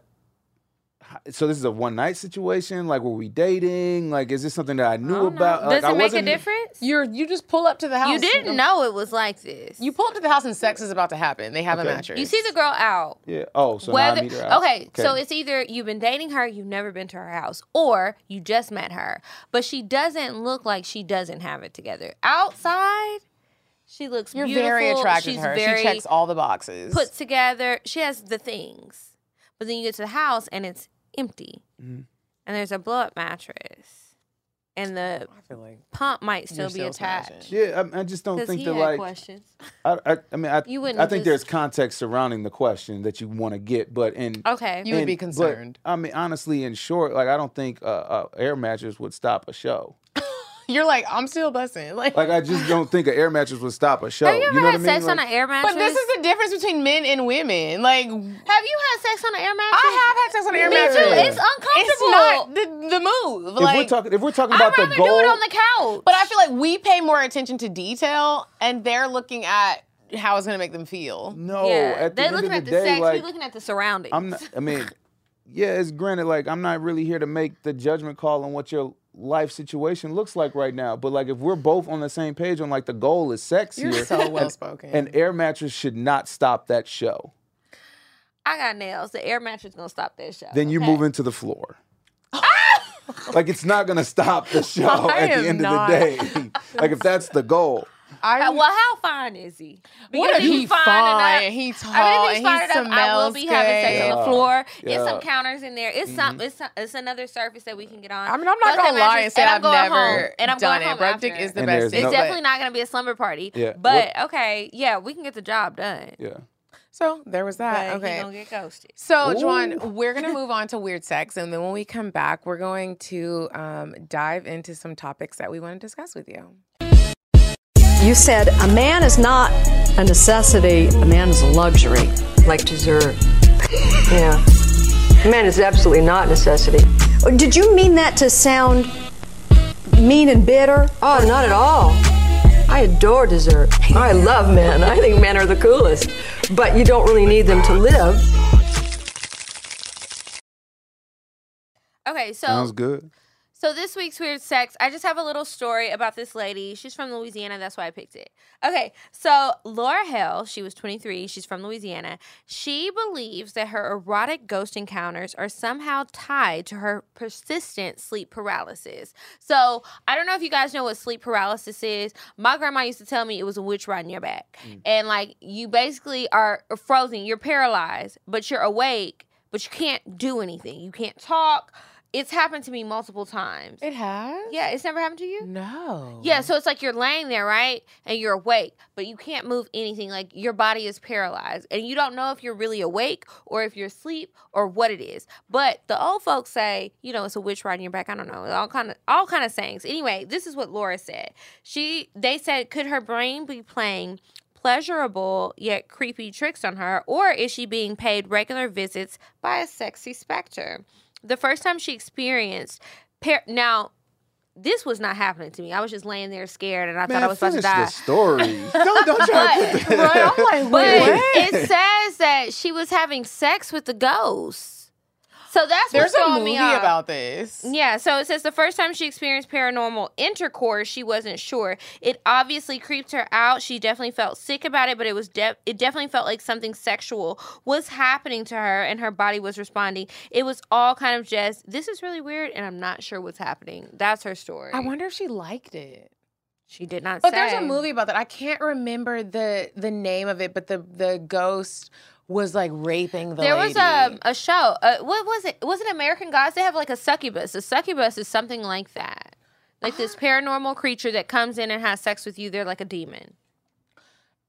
So this is a one night situation. Like, were we dating? Like, is this something that I knew
I don't know.
about? Like,
Does
I
it make a
wasn't-
difference? You,
You're you just pull up to the house.
didn't know it was like this.
You pull up to the house and sex is about to happen. They have a
Okay.
mattress.
you see the girl out.
Yeah. Oh, so now I
Whether
meet her out.
okay, so it's either you've been dating her, you've never been to her house, or you just met her, but she doesn't look like she doesn't have it together. Outside, she looks
You're
beautiful.
very attracted
She's
to her.
Very
she checks all the boxes.
put together. She has the things, but then you get to the house and it's empty,
Mm-hmm.
and there's a blow up mattress, and the
I feel like
pump might still be
still
attached.
smashing.
yeah, I, I just don't
Because
think
he
that
had
like
questions.
I, I, I mean I,
You
I
wouldn't
think
just-
there's context surrounding the question that you want to get, but in
Okay.
You- would
in-
be
but,
concerned.
I mean, honestly, in short, like I don't think uh, uh, air mattress would stop a show.
you're like I'm still busting. (laughs) Like,
Like I just don't think an air mattress would stop a show.
have you ever
know what I
had
mean?
sex
Like-
on an air mattress?
but this is the difference between men and women. Like
Have you had sex on an air mattress?
I have had sex on an air
Me
mattress.
too. It's uncomfortable.
It's not the, the move.
if
like
we're talking, if we're talking
I'd
about the
rather
goal,
do it on the couch.
but I feel like we pay more attention to detail and they're looking at how it's gonna make them feel.
no, Oh, at the
they're
end
looking
of
at
the
the
day,
sex.
like
we're looking at the surroundings.
I'm not. I mean, yeah, it's granted. Like I'm not really here to make the judgment call on what your life situation looks like right now. But like, if we're both on the same page on like the goal is sex
You're
(laughs) here,
so well spoken.
an air mattress should not stop that show.
I got nails. The air mattress gonna stop that show.
Then you
okay?
move into the floor. (laughs) like it's not gonna stop the show
I
at
am
the end
not.
(laughs)
of the day. like if that's the goal.
I
Uh, Well, how fine is he?
Mm. What
Because
if he fine?
enough-
He tall
I mean,
and he
if he's fine enough, I will
smells
be having sex on the
good.
floor.
Yeah.
It's some counters in there. It's some. It's some, it's another surface that we can get on.
Mm-hmm. I mean, I'm not
But
gonna
the mattress-
lie and say I've
I'm going
never
home, and I'm
done
going
it.
home
Rub dick
after.
is the
And
best.
there's
thing,
no-
It's
but-
definitely not gonna be a slumber party.
Yeah.
But okay, yeah, we can get the job done.
Yeah.
So there was
But
that.
he
okay.
gonna get ghosted.
So, Juan, we're (laughs) going to move on to weird sex. And then when we come back, we're going to um, dive into some topics that we want to discuss with you.
You said a man is not a necessity, a man is a luxury, like dessert. yeah. A man is absolutely not a necessity. Oh, Did you mean that to sound mean and bitter? Oh, not at all. I adore dessert. I love men. I think men are the coolest. But you don't really need them to live.
Okay, so
Sounds good.
So this week's weird sex, I just have a little story about this lady. She's from Louisiana, that's why I picked it. Okay, so Laura Hale, she was 23, she's from Louisiana. She believes that her erotic ghost encounters are somehow tied to her persistent sleep paralysis. So I don't know if you guys know what sleep paralysis is. My grandma used to tell me it was a witch riding your back, and like you basically are frozen, you're paralyzed, but you're awake, but you can't do anything. You can't talk. It's happened to me multiple times.
It has?
Yeah, it's never happened to you?
No.
Yeah, so it's like you're laying there, right? And you're awake, but you can't move anything. Like your body is paralyzed, and you don't know if you're really awake or if you're asleep or what it is. But the old folks say, you know, it's a witch riding your back. I don't know, all kind of all kind of sayings. Anyway, this is what Laura said. She they said, could her brain be playing? pleasurable yet creepy tricks on her, or is she being paid regular visits by a sexy specter? The first time she experienced, par- now, this was not happening to me. I was just laying there scared and I
Man,
thought I was about to
finish
die. (laughs)
the story. don't don't try to put that.
(laughs) I'm like,
But
wait,
it says that she was having sex with the ghost. So that's
There's
what's
a
throwing
movie
me off.
about this.
Yeah, so it says the first time she experienced paranormal intercourse, she wasn't sure. It obviously creeped her out. She definitely felt sick about it, but it was de- it definitely felt like something sexual was happening to her and her body was responding. It was all kind of just this is really weird and I'm not sure what's happening. That's her story.
I wonder if she liked it.
she did not
But
say.
there's a movie about that. I can't remember the the name of it, but the the ghost was like raping the
There was
lady.
a, a show. Uh, what was it? Was it American Gods? They have like a succubus. A succubus is something like that. Like this paranormal creature that comes in and has sex with you. They're like a demon.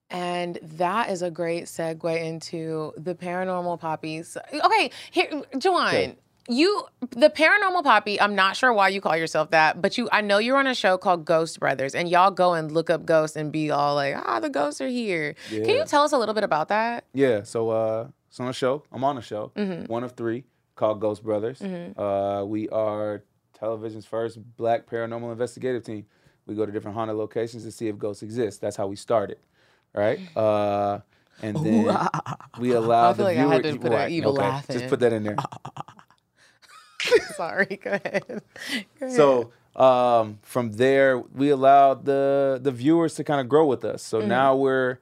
And that is a great segue into the paranormal poppies. Okay, here, Juwan, you the paranormal poppy. I'm not sure why you call yourself that, but you. I know you're on a show called Ghost Brothers, and y'all go and look up ghosts and be all like, "Ah, the ghosts are here." Can you tell us a little bit about that? (laughs)
Yeah, so uh, it's on a show. I'm on a show,
Mm-hmm.
one of three, called Ghost Brothers. Uh, we are television's first black paranormal investigative team. We go to different haunted locations to see if ghosts exist. That's how we started,
(laughs)
right? Uh, and then we allow
I feel
the
like I had
viewer-
to put an
right,
evil
okay,
laugh
Just
in.
put that
(laughs)
in there.
Sorry, go ahead.
So um, from there, we allowed the the viewers to kind of grow with us. So
Mm-hmm.
now we're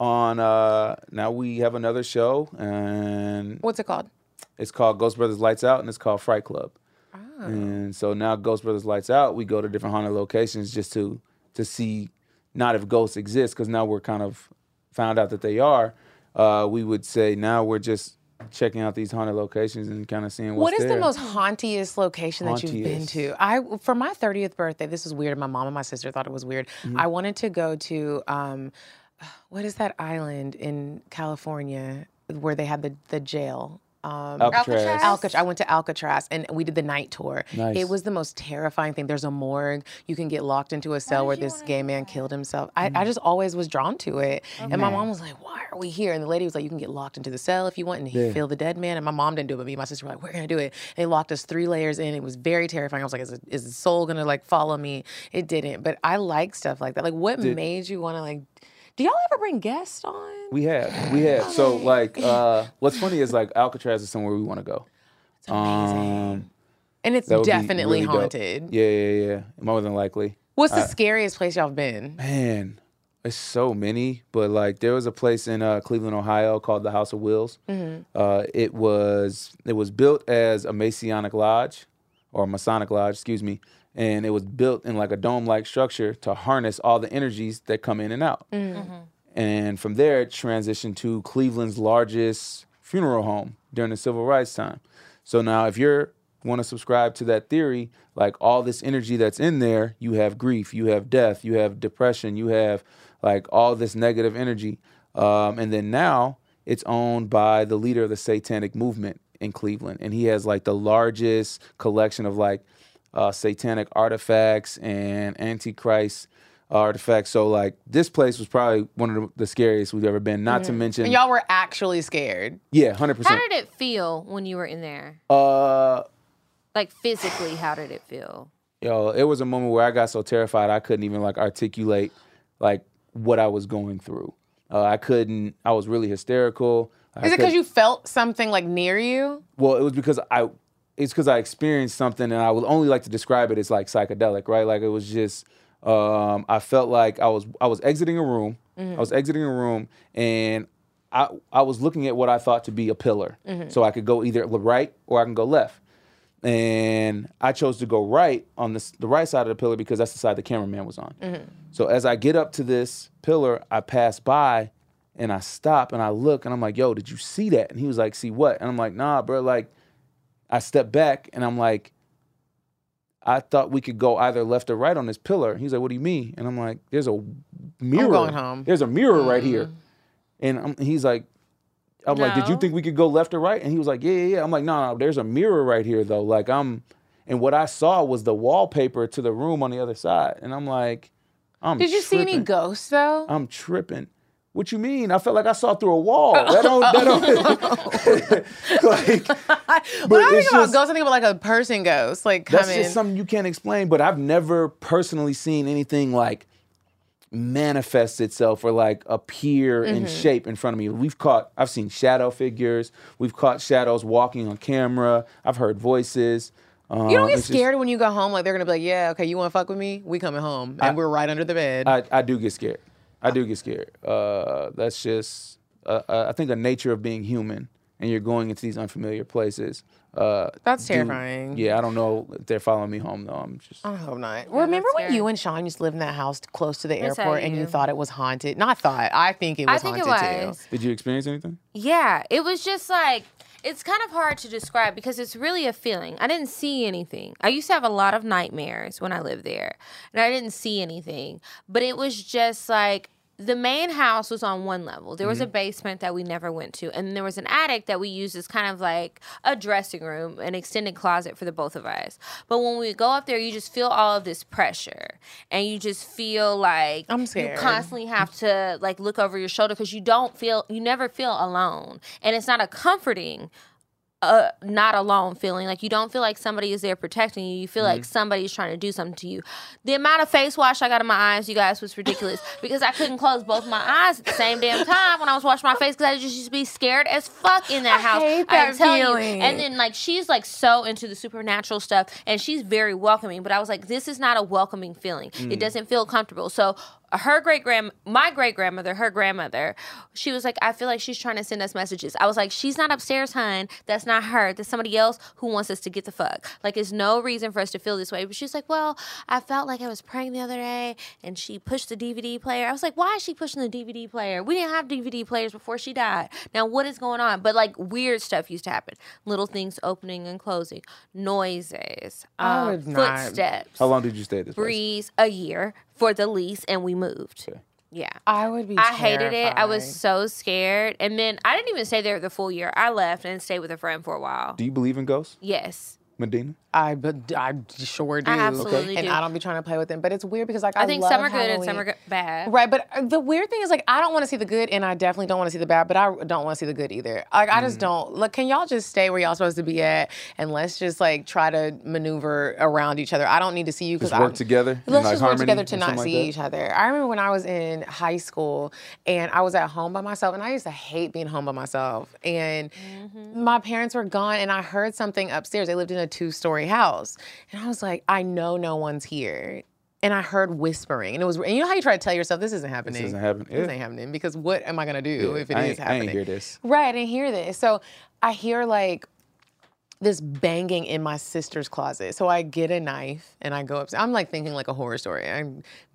on. Uh, now we have another show, and
What's it called?
It's called Ghost Brothers Lights Out and it's called Fright Club.
Ah.
And so now Ghost Brothers Lights Out, we go to different haunted locations just to to see not if ghosts exist because now we're kind of found out that they are. Uh, we would say now we're just checking out these haunted locations and kind of seeing what's
What is
there.
the most hauntiest location that you've been
Hauntiest.
to? I for my 30th birthday, this was weird. My mom and my sister thought it was weird.
Mm-hmm.
I wanted to go to um, what is that island in California where they had the the jail? Um,
Alcatraz?
Alcatraz. I went to Alcatraz and we did the night tour.
Nice.
It was the most terrifying thing. There's a morgue. You can get locked into a cell where this gay man killed himself. I,
Mm.
I just always was drawn to it. And my mom was like, Why are we here? And the lady was like, You can get locked into the cell if you want and he feel the dead man. And my mom didn't do it, but me and my sister were like, We're gonna do it. they locked us three layers in. It was very terrifying. I was like, Is, is the soul gonna like follow me? It didn't. But I like stuff like that. Like what made you wanna like do y'all ever bring guests on?
We have, we have. So like, uh, what's funny is like Alcatraz is somewhere we want to go. Um, It's amazing.
And it's definitely haunted.
Yeah, yeah, yeah. More than likely.
What's the scariest place y'all been?
Man, it's so many. But like, there was a place in uh, Cleveland, Ohio, called the House of Wills. Uh, it was it was built as a Masonic lodge, or Masonic lodge, excuse me. And it was built in like a dome-like structure to harness all the energies that come in and out. And from there, it transitioned to Cleveland's largest funeral home during the civil rights time. So now, if you're want to subscribe to that theory, like all this energy that's in there, you have grief, you have death, you have depression, you have like all this negative energy. Um, and then now it's owned by the leader of the satanic movement in Cleveland. And he has like the largest collection of like uh, satanic artifacts and antichrist uh, artifacts. So like this place was probably one of the- the scariest we've ever been. Not to mention,
Mm. And y'all were actually scared.
yeah, hundred
How
percent.
did it feel when you were in there?
Uh,
Like physically, how did it feel?
yo, it was a moment where I got so terrified I couldn't even like articulate like what I was going through. Uh, I couldn't. I was really hysterical. I
Is it because
couldn't-
you felt something like near you?
Well, it was because I. It's because I experienced something, and I would only like to describe it as like psychedelic, right? Like it was just. Um, I felt like I was I was exiting a room. I was exiting a room, and I I was looking at what I thought to be a pillar, so I could go either right or I can go left. And I chose to go right on this, the right side of the pillar because that's the side the cameraman was on.
Mm-hmm.
So as I get up to this pillar, I pass by and I stop and I look and I'm like, yo, did you see that? And he was like, see what? And I'm like, nah, bro. Like, I step back and I'm like, I thought we could go either left or right on this pillar. He's like, what do you mean? And I'm like, there's a mirror.
going home. Mm-hmm.
There's a mirror right here. And I'm, he's like, I'm like, did you
No.
think we could go left or right? And he was like, yeah, yeah, yeah. I'm like, no, no, there's a mirror right here though. Like I'm, and what I saw was the wallpaper to the room on the other side. And I'm like, I'm
Did you see any
tripping.
ghosts though?
I'm tripping. What you mean? I felt like I saw through a wall. That don't. That don't
(laughs)
(laughs) like,
When I
it's
think about
just-
ghosts, I think about like a person ghost, like
that's
coming.
just something you can't explain. But I've never personally seen anything like manifest itself or like appear
Mm-hmm.
in shape in front of me. We've caught. I've seen shadow figures. We've caught shadows walking on camera. I've heard voices. Um,
you don't get
it's just-
scared when you go home. Like they're gonna be like, "Yeah, okay, you want to fuck with me? We coming home, and we're right under the bed."
I, I do get scared. I do get scared. Uh, that's just uh, uh, I think a nature of being human, and you're going into these unfamiliar places. Uh,
That's
do-
terrifying. Uh,
yeah, I don't know if they're following me home though. I'm just
I hope not. Remember
that's
when
scary.
you and Sean used to live in that house close to the
That's how
airport,
you
and you
do.
thought it was haunted? Not thought. I think it
I
was
think it
haunted
was.
too.
Did you experience anything?
Yeah, it was just like it's kind of hard to describe because it's really a feeling. I didn't see anything. I used to have a lot of nightmares when I lived there, and I didn't see anything. But it was just like the main house was on one level. There was
Mm-hmm.
a basement that we never went to, and there was an attic that we used as kind of like a dressing room, an extended closet for the both of us. But when we go up there, you just feel all of this pressure, and you just feel like
I'm
you
scared.
constantly constantly have to like look over your shoulder because you don't feel you never feel alone and it's not a comforting uh not alone feeling like you don't feel like somebody is there protecting you you feel
Mm-hmm.
like somebody's trying to do something to you the amount of face wash i got in my eyes you guys
(laughs)
was ridiculous because i couldn't close both my eyes at the same damn time when i was washing my face because i just used to be scared as fuck in that house
hate
am
that
telling you.
feeling.
and then like she's like so into the supernatural stuff and she's very welcoming but i was like this is not a welcoming feeling
Mm.
it doesn't feel comfortable so her great grand my great grandmother her grandmother she was like i feel like she's trying to send us messages i was like she's not upstairs hun that's not her that's somebody else who wants us to get the fuck like it's no reason for us to feel this way but she's like well i felt like i was praying the other day and she pushed the dvd player i was like why is she pushing the dvd player we didn't have dvd players before she died now what is going on but like weird stuff used to happen little things opening and closing noises um,
would not-
footsteps
How long did you stay at this place?
breeze a year for the lease and we moved yeah
I would be.
I hated it. I was so scared. And then I didn't even stay there the full year. I left and stayed with a friend for a while.
Do you believe in ghosts,
Yes.
Medina?
I but I sure do.
absolutely
And
do.
I don't be trying to play with them, but it's weird because like I,
I think
love
some are good and
Halloween.
some are good, bad.
Right, but uh, the weird thing is like I don't want to see the good, and I definitely don't want to see the bad. But I don't want to see the good either. Like I
Mm.
just don't. Look, can y'all just stay where y'all supposed to be at, and let's just like try to maneuver around each other. I don't need to see you because
Just work together in,
Let's
like,
just work
harmony
together to
or
not
something like
see
that?
each other. I remember when I was in high school and I was at home by myself, and I used to hate being home by myself. And
Mm-hmm.
my parents were gone, and I heard something upstairs. They lived in a two-story house, and I was like, I know no one's here. And I heard whispering, and it was. And you know how you try to tell yourself this isn't happening.
isn't happening.
This
Yeah.
ain't happening because what am I gonna do
Yeah,
if it is
I ain't- I ain't
happening?
hear this.
Right, I didn't hear this. So I hear like this banging in my sister's closet. So I get a knife and I go upstairs. I'm like thinking like a horror story. I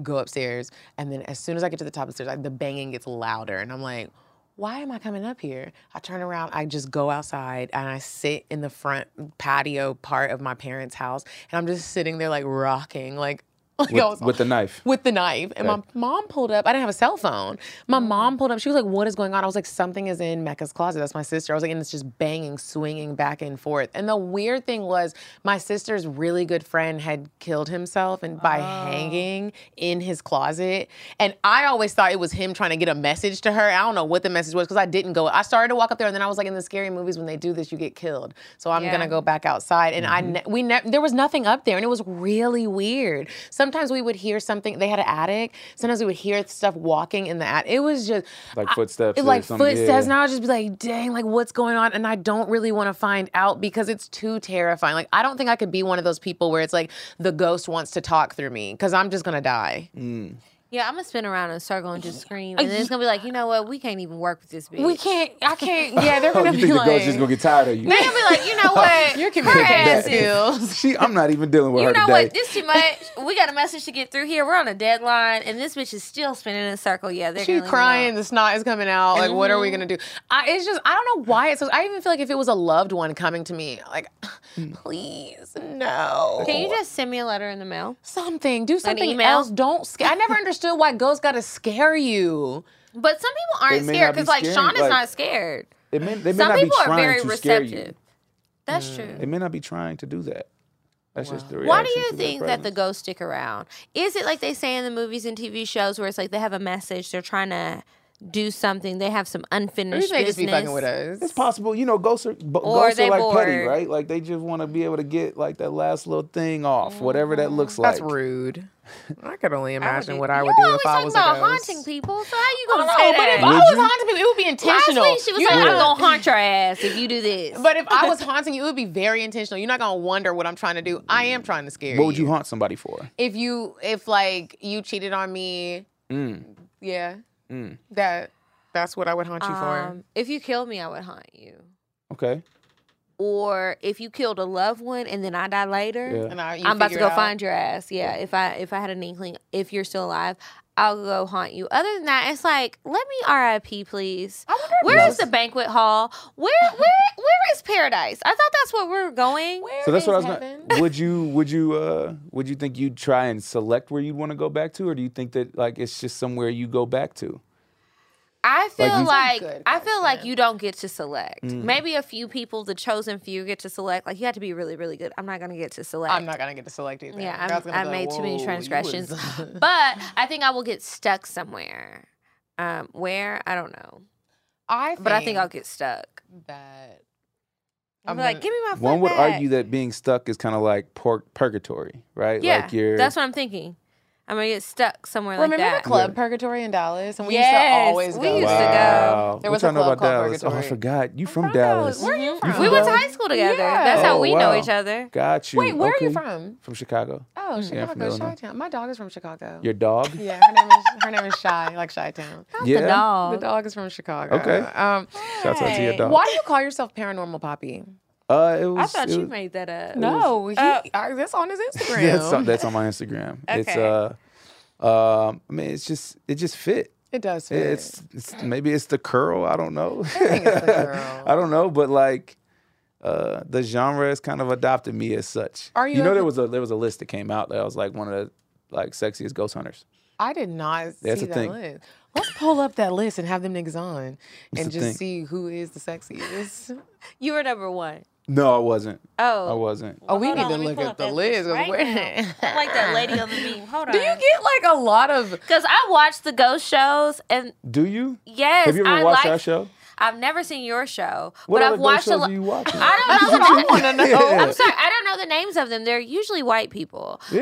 go upstairs and then as soon as I get to the top of the stairs, like the banging gets louder and I'm like, why am I coming up here? I turn around, I just go outside and I sit in the front patio part of my parents' house and I'm just sitting there like rocking like (laughs) like I was
With, with the knife.
with the knife. And my
Okay.
mom pulled up. I didn't have a cell phone. My mom pulled up. She was like, "What is going on?" I was like, "Something is in Mecca's closet." That's my sister. I was like, and it's just banging, swinging back and forth. And the weird thing was, my sister's really good friend had killed himself and by hanging in his closet. And I always thought it was him trying to get a message to her. I don't know what the message was because I didn't go. I started to walk up there, and then I was like, in the scary movies when they do this, you get killed. So I'm
Yeah.
gonna go go back outside and
Mm-hmm.
I ne- we ne- there was nothing up there and it was really weird. Sometimes we would hear something they had an attic. Sometimes we would hear stuff walking in the attic. It was just
Like
I-
footsteps
it,
or
like
something, yeah,
footsteps
yeah.
and I would just be like, "Dang, like what's going on?" And I don't really want to find out because it's too terrifying. Like I don't think I could be one of those people where it's like the ghost wants to talk through me cuz I'm just going to die.
Mm.
Yeah, I'm gonna spin around in a circle and just scream, and then it's gonna be like, you know what? We can't even work with this bitch.
We can't I can't. Yeah, they're
Oh,
going
you
to
think
be
the ghost just
like
gonna get tired of you?
They're gonna be like, you
(laughs)
know what?
You're
Her ass
communicating
is.
skills.
(laughs) she, I'm not even dealing with
You
her
know
today.
what? This too much. We got a message to get through here. We're on a deadline, and this bitch is still spinning in a circle. Yeah, they're
She's
gonna leave me
crying.
alone.
The snot is coming out. Like, what
Mm-hmm.
are we gonna do? I, it's just I don't know why it's. so- I even feel like if it was a loved one coming to me, like, please no.
Mm. Can you just send me a letter in the mail?
something? Do something
email?
else. Don't. Sca- I never understood why ghosts gotta scare you.
But some people aren't
may
scared
not be
because, like,
scared,
Sean is
like-
not scared.
It may, they may
Some
not be
people are
trying
very
to scare you.
receptive. That's true.
They may not be trying to do that. That's just the reaction.
Why do you
to their
think that the
presence.
ghosts stick around? Is it like they say in the movies and TV shows where it's like they have a message, they're trying to do something. They have some
Or
unfinished
you may
business.
just be fucking with us.
It's possible, you know, ghosts are, b-
Or
ghosts are
they
like petty,
bored.
right? Like they just want to be able to get like that last little thing off, whatever that looks
Mm-hmm.
like.
That's rude. I could only imagine
do-
what I
You
would do
always
if I
talking
was
about
a ghost.
haunting people. So how you gonna
No, but
say
if
that?
I
Would
was
you?
haunting people, it would be
Last
intentional.
week she was
You
like,
know-
"I'm gonna haunt your ass if you do this."
But if I was haunting you, it would be very intentional. You're not gonna wonder what I'm trying to do. I am trying to scare you.
What would you haunt somebody for?
If you, if like you cheated on me, yeah, that that's what I would haunt you for.
Um, if you killed me, I would haunt you.
Okay.
Or if you killed a loved one and then I die later,
Yeah.
And I, you
I'm about to
figure
go
it out.
find your ass. Yeah, if I if I had an inkling, if you're still alive, I'll go haunt you. Other than that, it's like let me R.I.P. please. Where is the banquet hall?
(laughs)
Where where where is paradise? I thought that's where we were going.
So that's what I was
is
going
heaven?
to Would you would you uh would you think you'd try and select where you'd want to go back to or do you think that like it's just somewhere you go back to?
I feel
you-
like,
Good
I feel like you don't get to select. Maybe a few people, the chosen few, get to select. Like you have to be really, really good. I'm not gonna get to select.
I'm not gonna get to select either.
Yeah,
God's
I'm,
gonna
I
be like,
made too
"Whoa,
many
you (laughs)
transgressions.
was-
but I think I will get stuck somewhere. Um, where I don't know,
I
(laughs) but I think I'll get stuck.
that.
I'm
gonna-
like, give me my. Phone
One would
back."
argue that being stuck is kind of like pur- purgatory, right?
Yeah,
like you're
that's what I'm thinking. I'm gonna get stuck somewhere
Remember
like that.
the club Purgatory in Dallas, and we used to
Yes,
always
we
go.
used to
there.
go.
Wow.
There
What
was a
y'all know
club
about
called
Dallas? Oh, I
Purgatory.
forgot. You from,
from Dallas.
Dallas.
Where are you
Mhm.
from?
Mm-hmm. We went to
Wow.
high school together.
Yeah.
That's how
Oh,
we
wow.
know each other.
Got you.
Wait, where are you
Okay.
from?
From Chicago.
Oh,
Yeah, from
Chicago, Chi
Illinois.
Town. My dog is from Chicago.
Your dog?
yeah, her name is her name is Shy, like Shy Town.
yeah.
The dog.
The dog is from Chicago.
Okay.
Um,
Shout out to your dog.
why do you call yourself Paranormal Poppy?
Uh, it was,
I thought
it
you
was-
made that up.
No, he,
Oh.
Uh, I- that's on his Instagram.
(laughs) That's on, that's on my
(laughs)
Instagram. It's uh,
Okay.
um, I mean, it's just it just fit.
it does. Fit.
It's, it's maybe it's the curl. I don't know.
I think
(laughs)
it's the girl.
I don't know, but like uh, the genre has kind of adopted me as such.
Are you
know,
ever-
there was a there was a list that came out that I was like one of the like sexiest ghost hunters.
I did not
That's
see
a
that
thing.
list. Let's pull up that list and have them niggas on, and
a
just
thing.
see who is the sexiest.
You were number one.
No, I wasn't.
Oh.
I wasn't.
Oh, we
Hold
need
on,
to
let me
look
pull
at
up
the
that
list.
right
Where- (laughs)
now. I like that lady (laughs) on the meme. Hold on.
Do you get like a lot of?
Because I watch the ghost shows, and
Do you?
yes,
Have you ever
I
watched
like,
our show?
I've never seen your show,
What
but
other
I've watched
ghost
a
shows
lot.
do you watch? (laughs)
I don't know. the
I
na-
want to know.
(laughs) I'm sorry, I don't know the names of them. They're usually white people.
Yeah.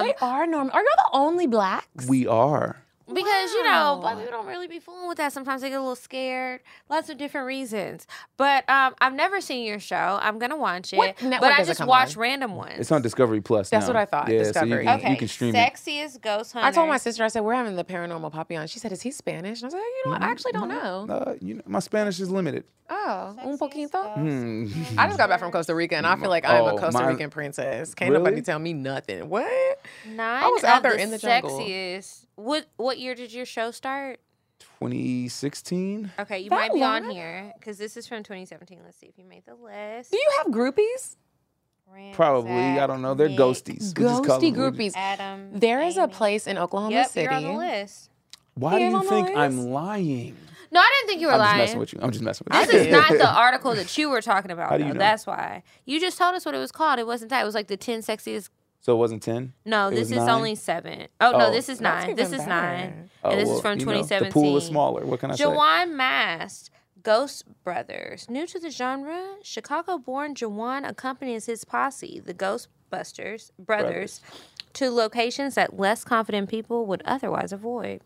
Um,
They are normal. Are y'all the only blacks?
we are.
because you know, black people don't really be fooling with that. Sometimes they get a little scared. Lots of different reasons. But um, I've never seen your show. I'm gonna watch it.
What network
but I
does it
just
come
watch
on?
random ones.
It's on Discovery Plus.
That's
now.
what I thought,
Yeah, So
Discovery.
you can,
Okay,
you can stream it.
Sexiest ghost hunter.
I told my sister, I said, we're having the paranormal poppy on. She said, is he Spanish? And I was like, you
Mm-hmm.
know what? I actually don't know.
Uh, you know, my Spanish is limited.
Oh, un poquito.
Hmm.
I just got back from Costa Rica and I feel like I'm
Oh,
a Costa
my-
Rican princess. Can't
Really?
nobody tell me nothing. What?
nine.
I was out
of
there
the
in the jungle.
sexiest. What what year did your show start?
2016.
Okay, you
That
might be on
long?
here because this is from 2017. Let's see if you made the list.
Do you have groupies?
Probably. I don't know. They're
Nick,
ghosties. We just call
Ghosty
them- we
groupies.
just-
Adam.
There is a
Amy.
place in Oklahoma
Yep,
City.
you're on the list.
Why do
Here's
you
on
think
the list.
I'm lying?
No, I didn't think you were
I'm just
lying.
messing with you. I'm just messing with
This
you.
is not
(laughs)
the article that you were talking about.
How do you
though.
know?
That's why you just told us what it was called. It wasn't that. It was like the 10 sexiest.
so it wasn't 10?
No,
It
this
was
is
nine?
only seven. Oh, no,
Oh,
this is
that's
nine. This
even
is
better.
nine,
Oh,
and this
well,
is from
you know,
2017.
the pool is smaller. What can I say?
Jawan Mast, Ghost Brothers. New to the genre, Chicago born Jawan accompanies his posse, the Ghostbusters brothers, to locations that less confident people would otherwise avoid.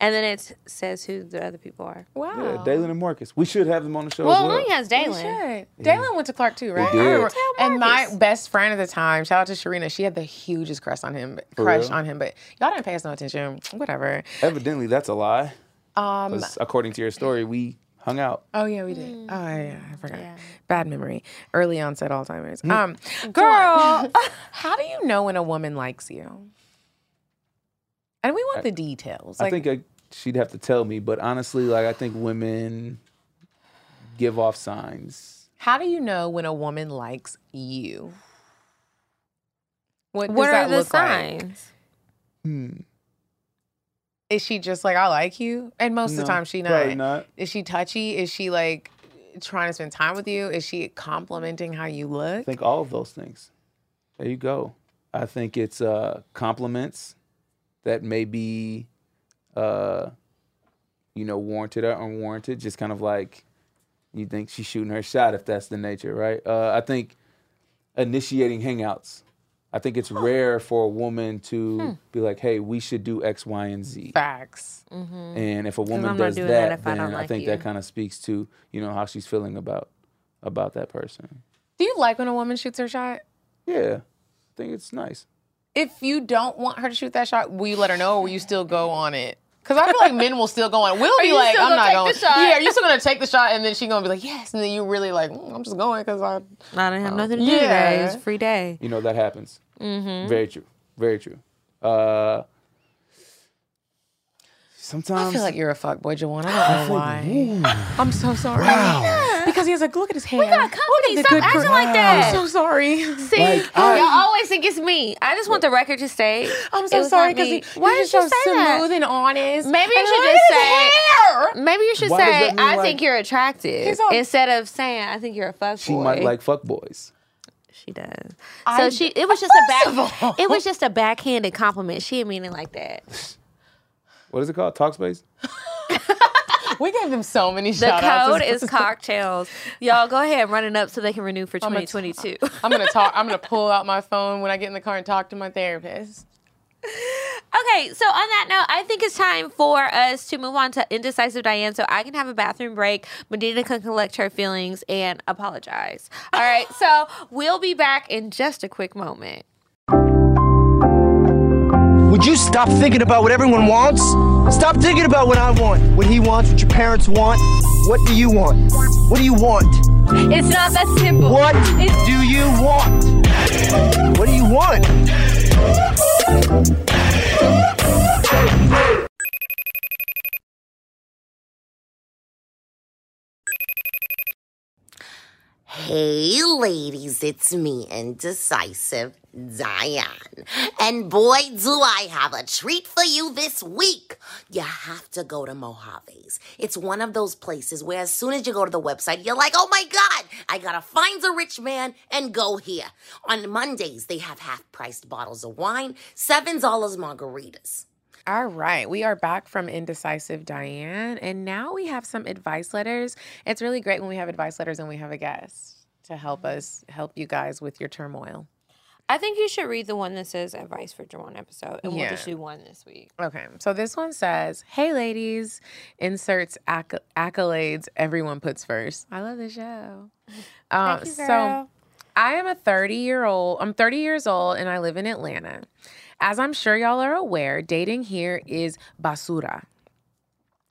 And then it says who the other people are.
Wow.
Yeah, Dalen and Marcus. We should have them on the show
Well,
as well.
Ling has
You
Dalen.
should. Dalen went to Clark too, right? I
did.
remember-
Tell
And my
Marcus.
best friend at the time, shout out to Sharina, she had the hugest crush on him, crush
real?
on him, but y'all didn't pay us no attention. Whatever.
Evidently, that's a lie.
Um,
'cause according to your story, we hung out.
Oh yeah, we did.
Mm.
Oh yeah, I forgot. Bad memory. Early onset Alzheimer's.
Mm.
Um,
(laughs)
girl, how do you know when a woman likes you? And we want the details. Like,
I think I, she'd have to tell me, but honestly, like I think women give off signs.
how do you know when a woman likes you? What does
What
that
are the
look like?
signs?
Is she just like I like you? And most of
No,
the time, she not.
probably not.
Is she touchy? Is she like trying to spend time with you? Is she complimenting how you look?
I think all of those things. There you go. I think it's uh, compliments that may be uh, you know, warranted or unwarranted. Just kind of like you think she's shooting her shot if that's the nature, right? Uh, I think initiating hangouts. I think it's rare for a woman to
Hmm.
be like, "Hey, we should do X, Y, and Z."
Facts.
And if a woman
I'm not
does that,
doing that if I
then I,
don't like
think
you.
that kind of speaks to you know how she's feeling about about that person.
Do you like when a woman shoots her shot?
Yeah, I think it's nice.
If you don't want her to shoot that shot, will you let her know, or will you still go on it? Because I feel like men will still go on. it. We'll be
you
like,
still
I'm
gonna
not
take
going.
the shot?
Yeah, you're still gonna take the shot, and then she gonna be like, yes, and then you really like, "Mm, I'm just going because I.
I didn't have nothing to
do
do
today.
today.
It's
It's free day.
You know that happens.
Mm-hmm.
Very true. Very true. Uh, sometimes
I feel like you're a fuckboy, Jawan. I don't know why. I'm so sorry. Because he has like, look at his hair. We got
company. Stop acting like
I'm
that.
so sorry.
See,
Like, I-
y'all always think it's me. I just want the record to state.
I'm
it
so
was
sorry
not
because
me.
he,
Why
he's
did you
so
say that?
smooth and honest.
Maybe you
And
should
look
just
at his
say-
hair.
Maybe you should
Why does
say,
that mean,
I
like-
think you're attractive.
He's all-
instead of saying, I think you're a fuckboy.
she might like fuckboys.
She does.
I-
so she. It was just a
First of all-
back. It was just a backhanded compliment. She didn't mean it like that.
What is it called? Talkspace.
(laughs) We gave him so many
The
shout outs.
code
(laughs)
is cocktails. Y'all go ahead and run it up so they can renew for
a t-
2022.
(laughs) I'm gonna talk. I'm gonna pull out my phone when I get in the car and talk to my therapist.
Okay, so on that note, I think it's time for us to move on to Indecisive Diane so I can have a bathroom break. Medina can collect her feelings and apologize. All right, so we'll be back in just a quick moment.
Would you stop thinking about what everyone wants? Stop thinking about what I want, what he wants, what your parents want. What do you want? What do you want?
It's not that simple.
What
It's-
do you want? What do you want?
Hey, ladies, it's me, Indecisive Diane. And boy, do I have a treat for you this week. You have to go to Mojave's. It's one of those places where, as soon as you go to the website, you're like, oh my God, I gotta find a rich man and go here. On Mondays, they have half priced bottles of wine, $7 margaritas.
All right, we are back from Indecisive Diane, and now we have some advice letters. It's really great when we have advice letters and we have a guest to help us help you guys with your turmoil.
I think you should read the one that says advice for Jerome episode, and
Yeah.
we'll just do one this week.
Okay, so this one says, "Hey, ladies," inserts acc- accolades everyone puts first. I love the show. Um,
Thank you,
So
girl.
I am a 30 year old. I'm 30 years old, and I live in Atlanta. As I'm sure y'all are aware, dating here is basura.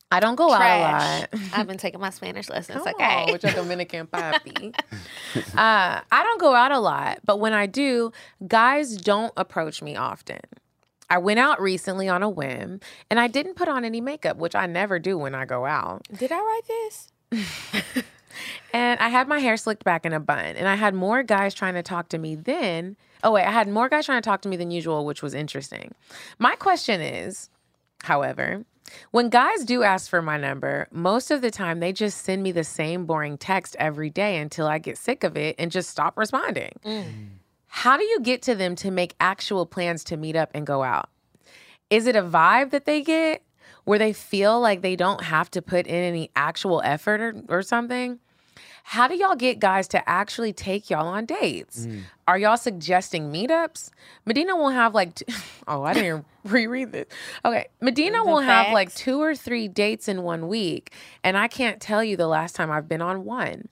I don't go out
Trash.
a lot.
I've been taking my Spanish lessons.
Come
okay.
on, with your Dominican papi. uh, I don't go out a lot, but when I do, guys don't approach me often. I went out recently on a whim, and I didn't put on any makeup, which I never do when I go out.
Did I write this?
And I had my hair slicked back in a bun, and I had more guys trying to talk to me then. Oh, wait, I had more guys trying to talk to me than usual, which was interesting. My question is, however, when guys do ask for my number, most of the time they just send me the same boring text every day until I get sick of it and just stop responding. How do you get to them to make actual plans to meet up and go out? Is it a vibe that they get where they feel like they don't have to put in any actual effort or, or something? How do y'all get guys to actually take y'all on dates? Are y'all suggesting meetups? Medina will have like, t- (laughs) oh, I didn't reread this. Okay. Medina will have like
facts.
two or three dates in one week, and I can't tell you the last time I've been on one.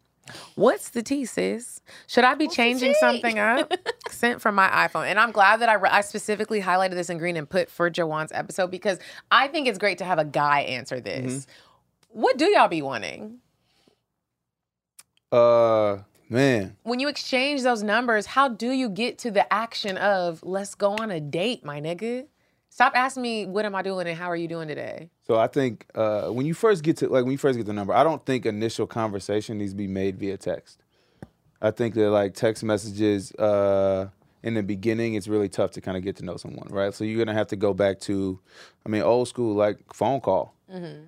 What's the tea, sis? Should I be changing something up? Sent from my iPhone. And I'm glad that I, re- I specifically highlighted this in green and put for Jawan's episode because I think it's great to have a guy answer this.
Mm-hmm.
What do y'all be wanting?
Uh, man.
when you exchange those numbers, how do you get to the action of let's go on a date, my nigga? Stop asking me what am I doing and how are you doing today.
So I think uh, when you first get to like when you first get the number, I don't think initial conversation needs to be made via text. I think that like text messages uh, in the beginning, it's really tough to kind of get to know someone, right? So you're gonna have to go back to, I mean, old school like phone call.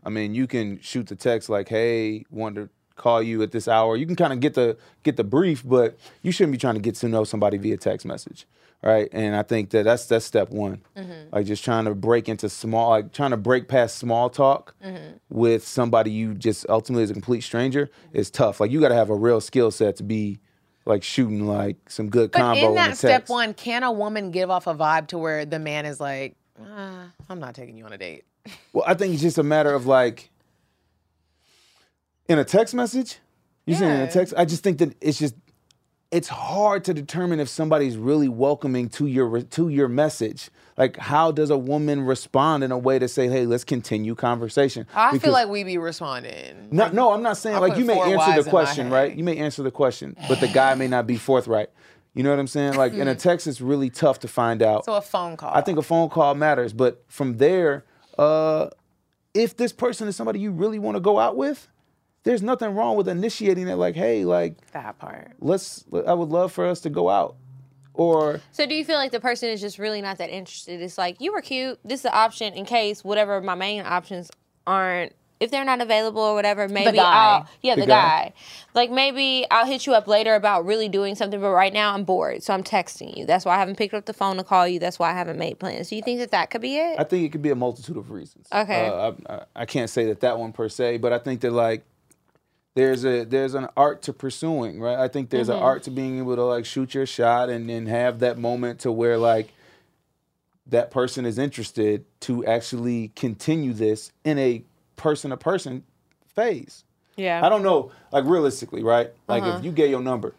I mean, you can shoot the text like, "Hey, wanted to call you at this hour." You can kind of get the get the brief, but you shouldn't be trying to get to know somebody via text message, right? And I think that that's that's step one,
Mm-hmm.
like just trying to break into small, like trying to break past small talk
Mm-hmm.
with somebody you just ultimately is a complete stranger is tough. Like you got to have a real skill set to be like shooting like some good
But
combo
in
the
that
text.
step one, can a woman give off a vibe to where the man is like, uh, I'm not taking you on a date?
Well, I think it's just a matter of like in a text message. You saying in
Yeah.
a text? I just think that it's just it's hard to determine if somebody's really welcoming to your to your message. Like, how does a woman respond in a way to say, "Hey, let's continue conversation"?
I
Because-
feel like we be responding.
no, no, I'm not saying
I
like
put
you may
four Ys
answer
in
the
my
question,
head.
right? You may answer the question, but the guy may not be forthright. You know what I'm saying? Like
Mm.
in a text, it's really tough to find out.
So a phone call.
I think a phone call matters, but from there, uh, if this person is somebody you really want to go out with, there's nothing wrong with initiating it. Like, hey, like
that part.
let's. I would love for us to go out, or
So do you feel like the person is just really not that interested? It's like you were cute. This is the option in case whatever my main options aren't. If they're not available or whatever, maybe
guy.
I'll yeah the, guy.
guy.
Like maybe I'll hit you up later about really doing something, but right now I'm bored, so I'm texting you. That's why I haven't picked up the phone to call you. That's why I haven't made plans. Do you think that that could be it?
I think it could be a multitude of reasons.
Okay.
Uh, I, I- I can't say that that one per se, but I think that like there's a there's an art to pursuing, right? I think there's
Mm-hmm.
an art to being able to like shoot your shot and then have that moment to where like that person is interested to actually continue this in a person to person phase.
yeah. Uh-huh.
I don't know, like realistically, right? Like if you gave your number,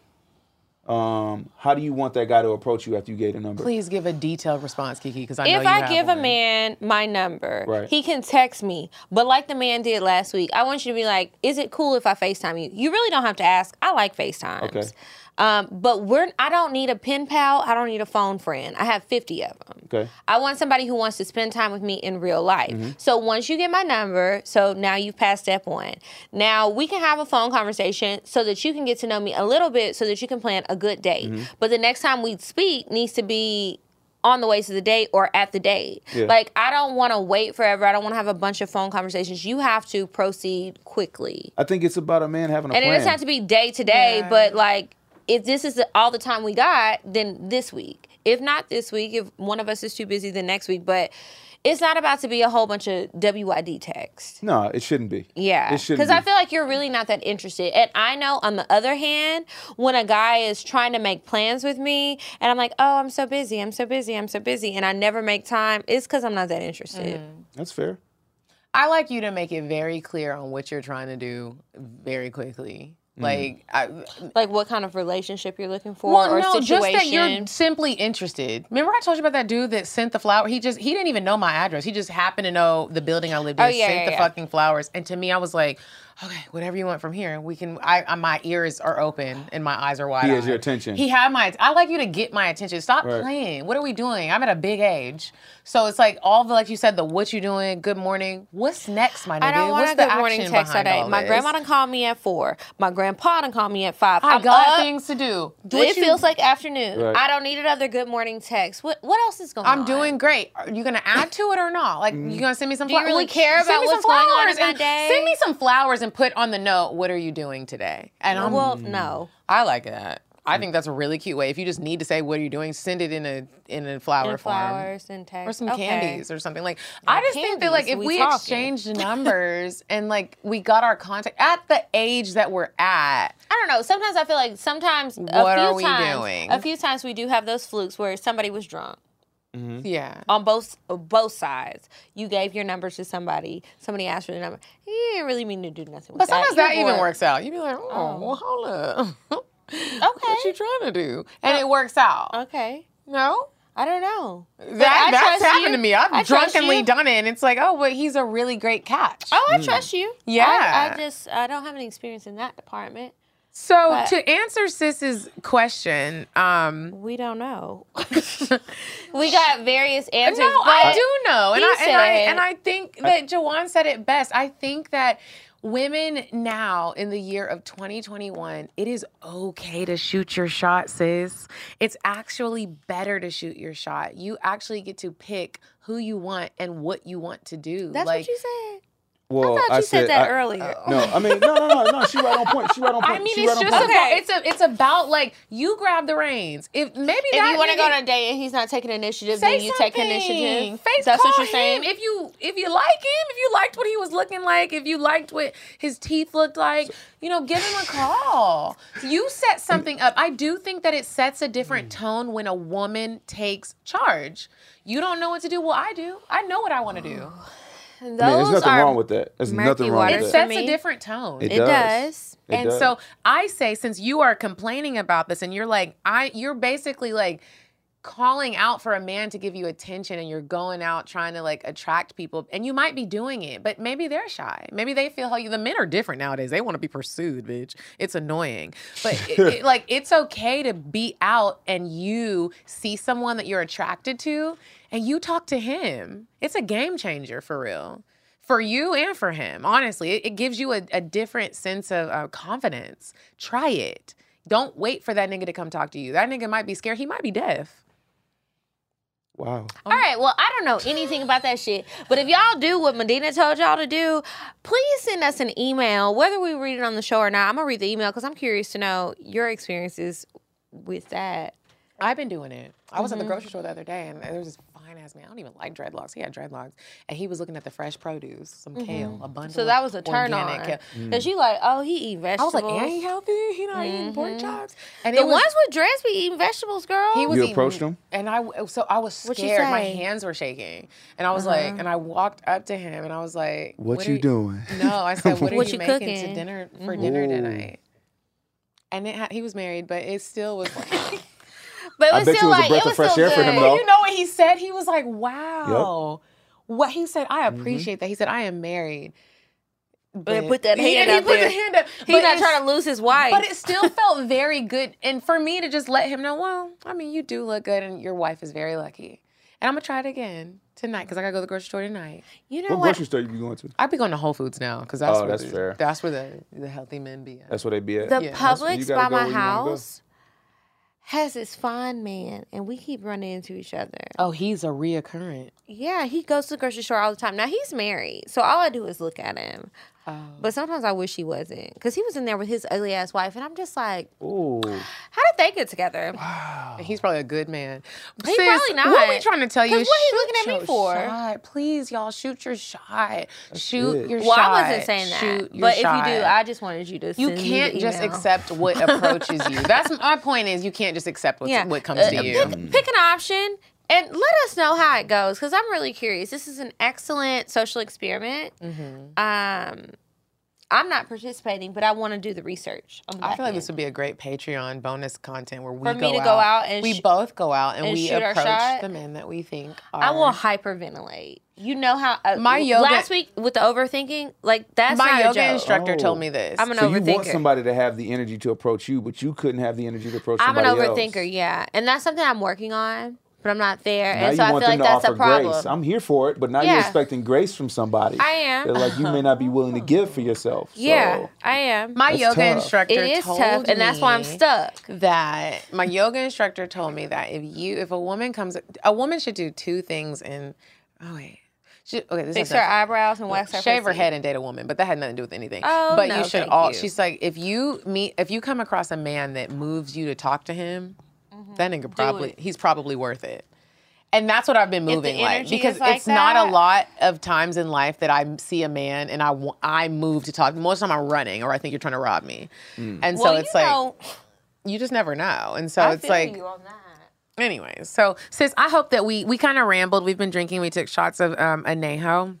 um, how do you want that guy to approach you after you gave the number?
Please give a detailed response, Kiki, because I know
if
you
I
have
give
one.
a man my number,
Right.
he can text me. But like the man did last week, I want you to be like, "Is it cool if I Facetime you?" You really don't have to ask. I like Facetimes.
Okay.
Um, but we're I don't need a pen pal. I don't need a phone friend. I have fifty of them.
Okay.
I want somebody who wants to spend time with me in real life. So once you get my number, so now you've passed step one. Now we can have a phone conversation so that you can get to know me a little bit so that you can plan a good date. But the next time we speak needs to be on the way to the date or at the date.
Yeah.
Like I don't want to wait forever. I don't want to have a bunch of phone conversations. You have to proceed quickly.
I think it's about a man having a
And it
plan.
doesn't have to be day to day,
Yeah.
but like if this is the, all the time we got, then this week. If not this week, if one of us is too busy, then next week. But it's not about to be a whole bunch of WYD text.
no, it shouldn't be.
Yeah.
it shouldn't.
Because
be.
I feel like you're really not that interested. And I know, on the other hand, when a guy is trying to make plans with me and I'm like, oh, I'm so busy, I'm so busy, I'm so busy, and I never make time, it's because I'm not that interested.
Mm-hmm.
That's fair.
I like you to make it very clear on what you're trying to do very quickly. Like, I,
Like what kind of relationship you're looking for
well,
or
no,
situation.
just that you're simply interested. Remember, I told you about that dude that sent the flower. He just he didn't even know my address. He just happened to know the building I lived in.
Oh, yeah,
sent
yeah,
the
yeah.
fucking flowers. And to me, I was like, okay, whatever you want from here, we can. I, I my ears are open and my eyes are wide.
has your attention.
He had my. I like you to get my attention. Stop
Right.
playing. What are we doing? I'm at a big age, so it's like all the like you said, the what you doing? Good morning. What's next, my nigga?
I don't want
What's
a
the
good morning
action
text
behind
today.
all
My
this?
grandma done called me at four. My grandpa done called me at five.
I
I'm
got
up.
things to do. Do
it
what you-
feels like afternoon.
Right.
I don't need another good morning text. What what else is going on?
I'm doing great. Are you gonna add to it or not? Like, you gonna send me some
Do you
flowers?
really care about what's going on in my day?
Send me some flowers and put on the note, what are you doing today? And I'm,
Well, no.
I like that. I think that's a really cute way. If you just need to say, what are you doing? Send it in a in a flower
And
form.
flowers and text.
Or some
Okay.
candies or something like. I just think that like
candies,
if
we
we
talking.
exchanged (laughs) numbers and like we got our contact at the age that we're at,
I don't know. Sometimes I feel like sometimes a
What
few
are we
times,
doing?
A few times we do have those flukes where somebody was drunk Mm-hmm.
yeah.
on both both sides. You gave your number to somebody. Somebody asked for the number. You didn't really mean to do nothing. With
But sometimes that,
You were
even
bored.
works out. You'd be like, oh, well, hold up. (laughs) okay. What
Okay.
you trying to do? And it works out.
Okay.
No?
I don't know.
That,
I
that's
trust
happened
you.
to me. I've
I trust
drunkenly
you.
done it. And it's like, oh, well, he's a really great catch.
Oh,
Hmm.
I trust you.
Yeah.
I, I just I don't have any experience in that department.
so
but-
to answer sis's question, um,
We don't (laughs) know. we got various answers.
no,
but
I do know. And
he
I, and, I,
said-
and I think that Jawan said it best. I think that women now in the year of 2021, it is okay to shoot your shot, sis. It's actually better to shoot your shot. You actually get to pick who you want and what you want to do.
That's
like,
what you said.
Well,
thought you said that
I-
earlier.
(laughs) No, I mean, no, no, no, no. She right on point. She right on point.
I mean,
she
it's
right
just
on point.
about,
Okay.
it's a, it's about like you grab the reins. If maybe
If
that
you want to
nigga-
go on a date and he's not taking initiative,
say
then you
something.
take initiative.
Face
That's
call
what you're saying.
him if you if you like him, if you liked what he was looking like, if you liked what his teeth looked like, you know, give him a call. you set something up. I do think that it sets a different tone when a woman takes charge. You don't know what to do. Well, I do. I know what I want to do.
Oh. Those
Man, there's nothing
are
wrong with that. There's
murky
nothing wrong
waters.
It
with
For
that.
sets a
me-
different tone.
It does.
It
and
does.
so I say, since you are complaining about this, and you're like, I, you're basically like calling out for a man to give you attention, and you're going out trying to like attract people, and you might be doing it, but maybe they're shy. Maybe they feel how you. The men are different nowadays. They want to be pursued, bitch. It's annoying, but it, it- like it's okay to be out and you see someone that you're attracted to, and you talk to him. It's a game changer for real for you and for him. Honestly, it, it gives you a, a different sense of uh, confidence. Try it. Don't wait for that nigga to come talk to you. That nigga might be scared. He might be deaf.
wow.
All right, well, I don't know anything about that shit, but if y'all do what Medina told y'all to do, please send us an email, whether we read it on the show or not. I'm gonna read the email because I'm curious to know your experiences with that.
I've been doing it. I was at
Mm-hmm.
the grocery store the other day, and there was this fine ass man. I don't even like dreadlocks. He had dreadlocks, and he was looking at the fresh produce, some kale, a bundle.
Mm-hmm. So
of
that was a turn
organic
on
kale.
Mm.
because you like, oh, he
I
eat
was
vegetables.
like, "And he healthy? He not eating pork chops?" And
Mm-hmm. the
it was-
ones with dreads be eating vegetables, girl.
He was
You approached
eating-
him?
and I so I was
you
scared. My
say? Uh-huh.
hands were shaking, and I was like, and I walked up to him, and I was like,
What,
are
you doing?
No,
(laughs)
I said, what are
What
you,
you
making to
cooking?"
dinner for dinner
Ooh.
tonight? And it ha- he was married, but it still
(laughs)
was. (laughs) like-
but it
I
was
bet
still
you was a
like,
breath
it
of
was
fresh
still
air for him,
good.
though.
you know what he said? He was like, "Wow." What he said, I
Mm-hmm.
appreciate that. He said, "I am married."
But put that
He- and
hand
he
out
put
there.
the hand up.
He's
But
not
it's-
trying to lose his wife.
But it
(laughs)
still felt very good. And for me to just let him know, well, I mean, you do look good and your wife is very lucky. And I'm going to try it again tonight because I got to go to the grocery store tonight.
you know
What
what?
grocery store you be going to?
I'll be going to Whole Foods now because that's,
Oh,
where
that's
the-
fair.
that's where the, the healthy men be at.
That's where they be at.
The
That's where you
Publix by my
gotta go where you wanna go.
house has this fine man, and we keep running into each other.
oh, he's a reoccurrent.
Yeah, he goes to the grocery store all the time. Now he's married, so all I do is look at him. But sometimes I wish he wasn't, because he was in there with his ugly ass wife, and I'm just like,
Ooh.
how did they get together?
He's probably a good man.
He
Sis,
probably not.
What are we trying to tell you?
'Cause what he
Shoot
looking at me
your
for?
shot. Please, y'all, shoot your shot. shoot
it.
your
Well,
shot.
I wasn't saying that,
Shoot your
but
shot.
if you do, I just wanted you to.
You
send me the
can't just
email.
accept what approaches
(laughs)
you. That's my point. Is you can't just accept what's,
Yeah.
what comes
Uh,
to you.
Pick, pick an option and let us know how it goes, because I'm really curious. This is an excellent social experiment.
Mm-hmm.
Um, I'm not participating, but I want to do the research. On the
I
back
feel like
end.
this would be a great Patreon bonus content where we
For
go
me
out,
to go out and
we
sh-
both go out and,
and
we
shoot our
approach
shot.
the men that we think are.
I will hyperventilate. You know how uh,
My yoga-
last week with the overthinking, like that's
My
not a
yoga
joke.
instructor
Oh.
told me this.
I'm an
So you
overthinker.
want somebody to have the energy to approach you, but you couldn't have the energy to approach
I'm an
somebody else.
overthinker, yeah, and that's something I'm working on, but I'm not there,
Now
and
you
so I feel
want
like
them to
that's a
offer
problem.
grace. I'm here for it, but now you're
Yeah.
expecting grace from somebody.
I am.
They're like you may not be willing to give for yourself.
yeah,
so-
I am.
my
That's
yoga
tough.
instructor
it is
told
tough, and that's why I'm
me
stuck.
That my yoga instructor told me that if you, if a woman comes, a woman should do two things. And oh wait, she, okay, this
Fix
is
her eyebrows and wax her.
shave her
pussy.
head and date a woman, but that had nothing to do with anything.
Oh,
but
no,
you should
thank
all.
you.
She's like, if you meet, if you come across a man that moves you to talk to him, that nigga probably
Mm-hmm. it.
he's probably worth it. And that's what I've been moving like
energy
because
is like
it's not a
that-
lot of times in life that I see a man and I wa- I move to talk. Most of the time I'm running or I think you're trying to rob me, and so
Well,
it's
you
like
know,
you just never know. And so
I
it's
feel
like
you on that.
Anyways, so sis, I hope that we we kind of rambled. We've been drinking. We took shots of um, añejo,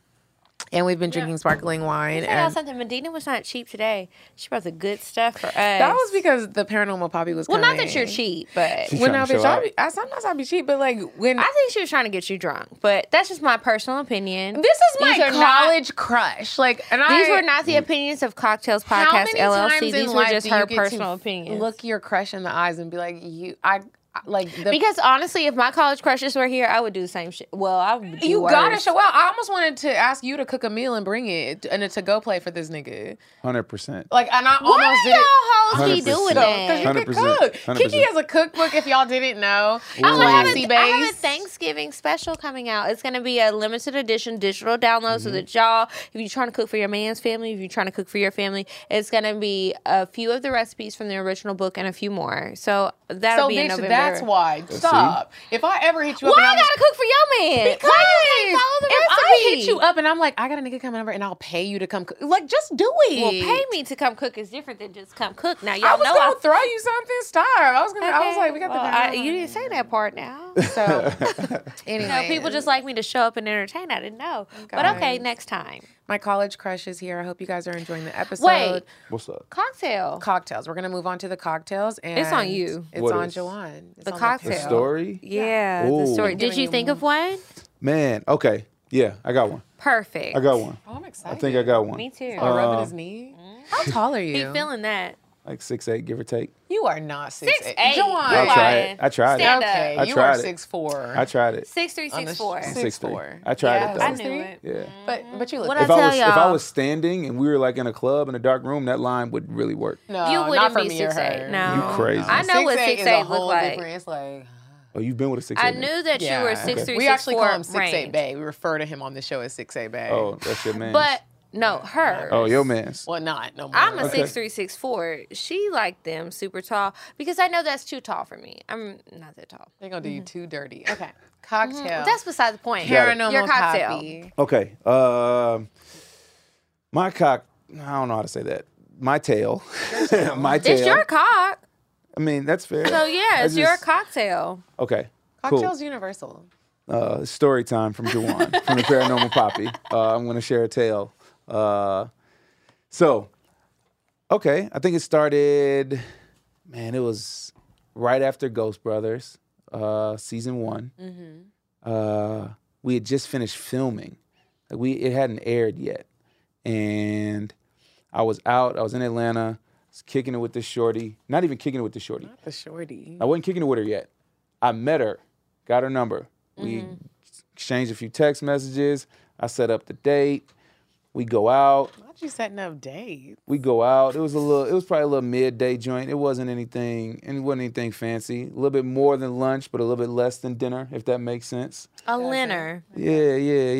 and we've been drinking sparkling wine.
Tell y'all
And
something. Medina was not cheap today. She brought the good stuff for us.
that was because the paranormal poppy was
well, not
coming.
that you're cheap, but
Well,
Trying
no,
to
bitch,
show
I,
out.
be, I sometimes I be cheap, but like when
I think she was trying to get you drunk, but that's just my personal opinion.
this is my
These are not-
college crush, (laughs) like, and I
These were not the opinions of Cocktails
how
Podcast
many
LLC.
times in
These were
life
just
do you
her
get to
personal opinions.
Look your crush in the eyes and be like, you, I, like the
Because honestly, if my college crushes were here, I would do the same shit. Well, I would. Do
you gotta
worse.
show out. I almost wanted to ask you to cook a meal and bring it and a to go plate for this nigga.
Hundred percent.
Like, and I almost
What are
did
y'all
it.
hoes be
100%.
doing?
Because
that?
you can
100%,
cook.
100%.
Kiki has a cookbook. If y'all didn't know,
I'm
I have,
classy
a, I have a
base.
Thanksgiving special coming out. It's going to be a limited edition digital download so that y'all, if you're trying to cook for your man's family, if you're trying to cook for your family, it's going to be a few of the recipes from the original book and a few more. So that'll
So,
be in
bitch,
November.
that's why. Stop. If I ever hit you up,
Why
and
I
I'm-
gotta cook for your man?
Because
Why you gotta follow the
if I
recipe?
hit you up and I'm like, I got a nigga coming over and I'll pay you to come cook. Like, just do it.
Well, pay me to come cook is different than just come cook. Now y'all
I was
know
gonna
I
throw you something. Starve. I was gonna. I was
Okay,
like, we got
well,
the.
I, you didn't say that part (laughs) now. So
(laughs)
So, anyway,
people just like me to show up and entertain. I didn't know, but okay, next time.
my college crush is here. I hope you guys are enjoying the episode.
Wait.
What's up?
Cocktail.
cocktails. We're gonna move on to the cocktails, and
It's on you.
It's
What
on
is-
Jawan. It's
The
on
cocktail.
The story,
Yeah,
Ooh.
the story. Did you think of one?
man. Okay, yeah, I got one.
Perfect.
I got one.
Oh, I'm excited.
I think I got one.
Me too.
Oh, rubbing his knee. How tall are
Be
you?
feeling that.
Like six eight, give or take.
you are not six,
Six eight.
I
You're
Jawan.
fine.
tried. it. I tried
Stand
it.
up.
Okay,
I
you
tried
are
it.
six four.
I tried it.
Six three
On the
six four.
sh-
Six three.
four.
I tried
Yeah,
it though.
I knew it.
Yeah.
But but you look.
What
good.
I
If I
tell
was if I
y'all.
was standing and we were like in a club in a dark room, that line would really work.
No,
You
Uh, not
wouldn't
for
be
me or
6'8",
her.
no.
You crazy.
I know what
6'8" is
6'8"
a whole
look like.
different- It's like
Oh, you've been with a six
I
eight.
knew that you were
Yeah.
six three.
we actually call him six eight Bay. We refer to him on the show as six eight Bay.
Oh, that's your man.
But no, her.
oh, your man's.
well, not no more.
I'm a
Okay.
six three six four. She liked them super tall because I know that's too tall for me. I'm not that tall.
They're gonna do you too dirty. Okay, cocktail.
That's beside the point.
paranormal
Your cocktail.
copy.
Okay. Um, my cock. I don't know how to say that. My tail. (laughs) my tail.
It's your cock.
I mean, that's fair.
So yeah,
I
it's your
just-
cocktail.
Okay.
Cocktails universal.
uh, story time from Juwan from the Paranormal Poppy. Uh, I'm going to share a tale. Uh, so, okay, I think it started. Man, it was right after Ghost Brothers, uh, season one.
Mm-hmm.
Uh, we had just finished filming. Like, We it hadn't aired yet, and I was out. I was in Atlanta, was kicking it with this shorty. Not even kicking it with the shorty.
The shorty.
I wasn't kicking it with her yet. I met her, got her number. We
Mm-hmm.
exchanged a few text messages. I set up the date. We go out.
Why'd you setting up date?
We go out. It was a little. It was probably a little midday joint. It wasn't anything. It wasn't anything fancy. A little bit more than lunch, but a little bit less than dinner, if that makes sense.
A liner.
Yeah, yeah,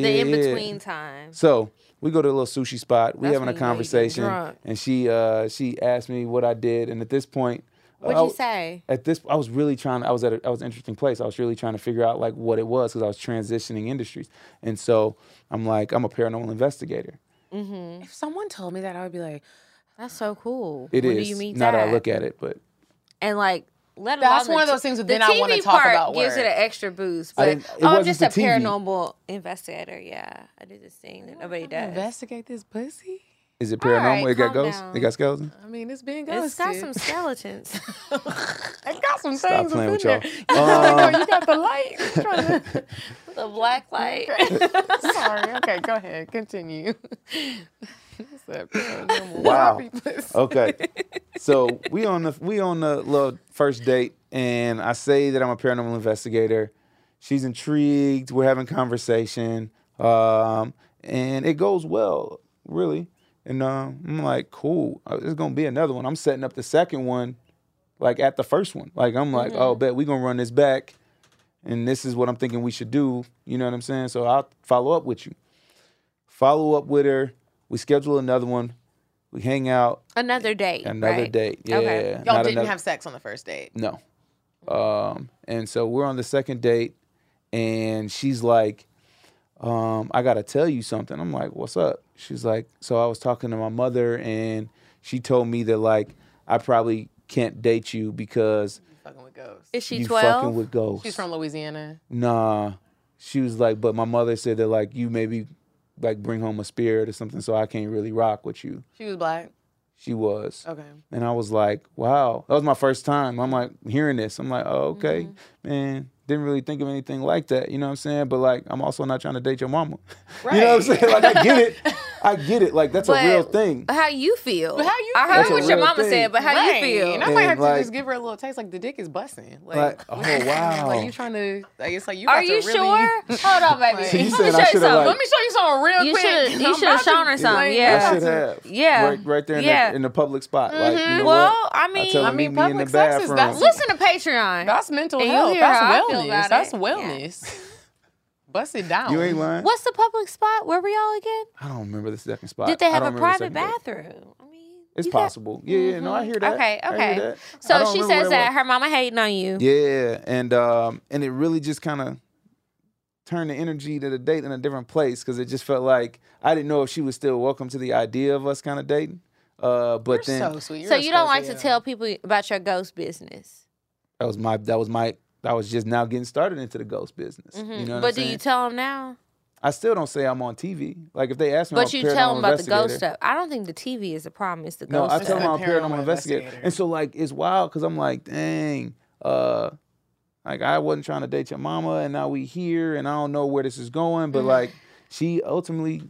The
yeah.
in between
yeah.
time.
So we go to a little sushi spot. We having
when you know you
a
getting
conversation,
drunk.
and she uh, she asked me what I did, and at this point, uh,
What'd
I-
you say?
At this, I was really trying. I was at a, I was an interesting place. I was really trying to figure out like what it was because I was transitioning industries, and so I'm like I'm a paranormal investigator.
If someone told me that, I would be like,
That's so cool.
It is
when do you meet
now that
that?
I look at it, but
and like let
That's
alone
one
the
of those
t-
things that
the
then I
TV
wanna talk
part
about
Gives it
work.
an extra boost.
I
But
didn't- it
oh, I'm
wasn't
just
the
a
TV.
paranormal investigator. Yeah, I do this thing that nobody does.
investigate this pussy.
is it
right,
paranormal? it got
calm
ghosts.
down.
It got skeletons.
I mean, it's being ghosted.
It's got
(laughs)
some skeletons.
It got some
Stop
things
playing with
that's in
y'all. Um,
there. (laughs)
(laughs)
Oh, you got the light. It's trying to-
the black light.
Sorry. Okay, go ahead. (laughs) Continue. It's a
(laughs)
paranormal
Wow. Oh,
puppy pussy.
(laughs) Okay. so we on the we on the little first date, and I say that I'm a paranormal investigator. She's intrigued. We're having conversation, um, and it goes well, really. And um, I'm like, cool. uh, There's gonna be another one. I'm setting up the second one, like at the first one. Like I'm like, oh, bet we gonna run this back, and this is what I'm thinking we should do. You know what I'm saying? So I'll follow up with you. Follow up with her. We schedule another one. We hang out.
Another date.
Another
right?
date. Yeah.
Okay.
(laughs) Y'all
not
didn't
another-
have sex on the first date.
No. Um, and so we're on the second date, and she's like, um, I gotta tell you something. I'm like, what's up? She's like, so I was talking to my mother, and she told me that like I probably can't date you because
Fucking with ghosts.
Is she
you
twelve?
fucking with ghosts.
She's from Louisiana.
nah. She was like, but my mother said that like you maybe like bring home a spirit or something, so I can't really rock with you.
She was black.
She was.
Okay.
And I was like, wow, that was my first time. I'm like hearing this. I'm like, oh, okay, man, didn't really think of anything like that. You know what I'm saying? But like, I'm also not trying to date your mama. (laughs) you know what I'm saying? Like, I get it. I get it. Like, that's a real
But
(laughs)
thing.
How you feel?
How you
I
feel.
heard
That's
what
a
your
real
mama
thing.
said, but how
Right.
you feel?
And I might
And,
have to
like-
just give her a little taste. Like the dick is busting.
Like,
Like, (laughs)
oh wow.
like you trying to? Like it's like you.
Are
about to
you
really-
sure? Hold on, baby.
So you
Let me
saying
show
I
you
shoulda,
something.
like-
Let
(laughs) Let
me
me show you something real
You
quick.
should've- you
I'm
should've
about
shown
to-
her something,
Like, I'm
yeah.
I
about
should
to-
have.
Yeah.
Right, right there in,
Yeah.
the, in the public spot. Like, you know
Well,
what?
I
I
mean-
tell her
I
mean,
meet me in the
public sex
bathroom.
is- that's
Listen to Patreon.
That's mental
And you
health.
hear how I
That's
feel
wellness.
about
That's
it.
wellness. (laughs) Bust it down.
you ain't lying.
What's the public spot? Where were y'all again?
I don't remember the second spot.
Did they
I
have
don't
a
remember the
private
second date.
bathroom? I mean,
It's
you got-
possible. Yeah, yeah. No, I hear that.
Okay,
I hear
okay.
that. I
So
don't
she
remember
says
where it
that her mama hating on you.
was. Yeah, and um, and it really just kind of turned the energy to the date in a different place because it just felt like I didn't know if she was still welcome to the idea of us kind of dating. Uh, but then
So sweet. You're
so
a
you don't like to
Scorpio.
tell people about your ghost business.
that was my that was my I was just now getting started into the ghost business. You know what I'm
Mm-hmm. but do you
saying?
tell them now?
I still don't say I'm on TV. Like if they ask me, I'm
But
a
you tell
paranormal
them about the ghost
investigator.
stuff. I don't think the TV is the problem. It's the
No,
ghost
I tell
stuff.
them I'm a
It's the
paranormal
paranormal
investigator.
investigator.
And so like it's wild because I'm like, dang, uh, like I wasn't trying to date your mama, and now we here, and I don't know where this is going, but like
(laughs)
she ultimately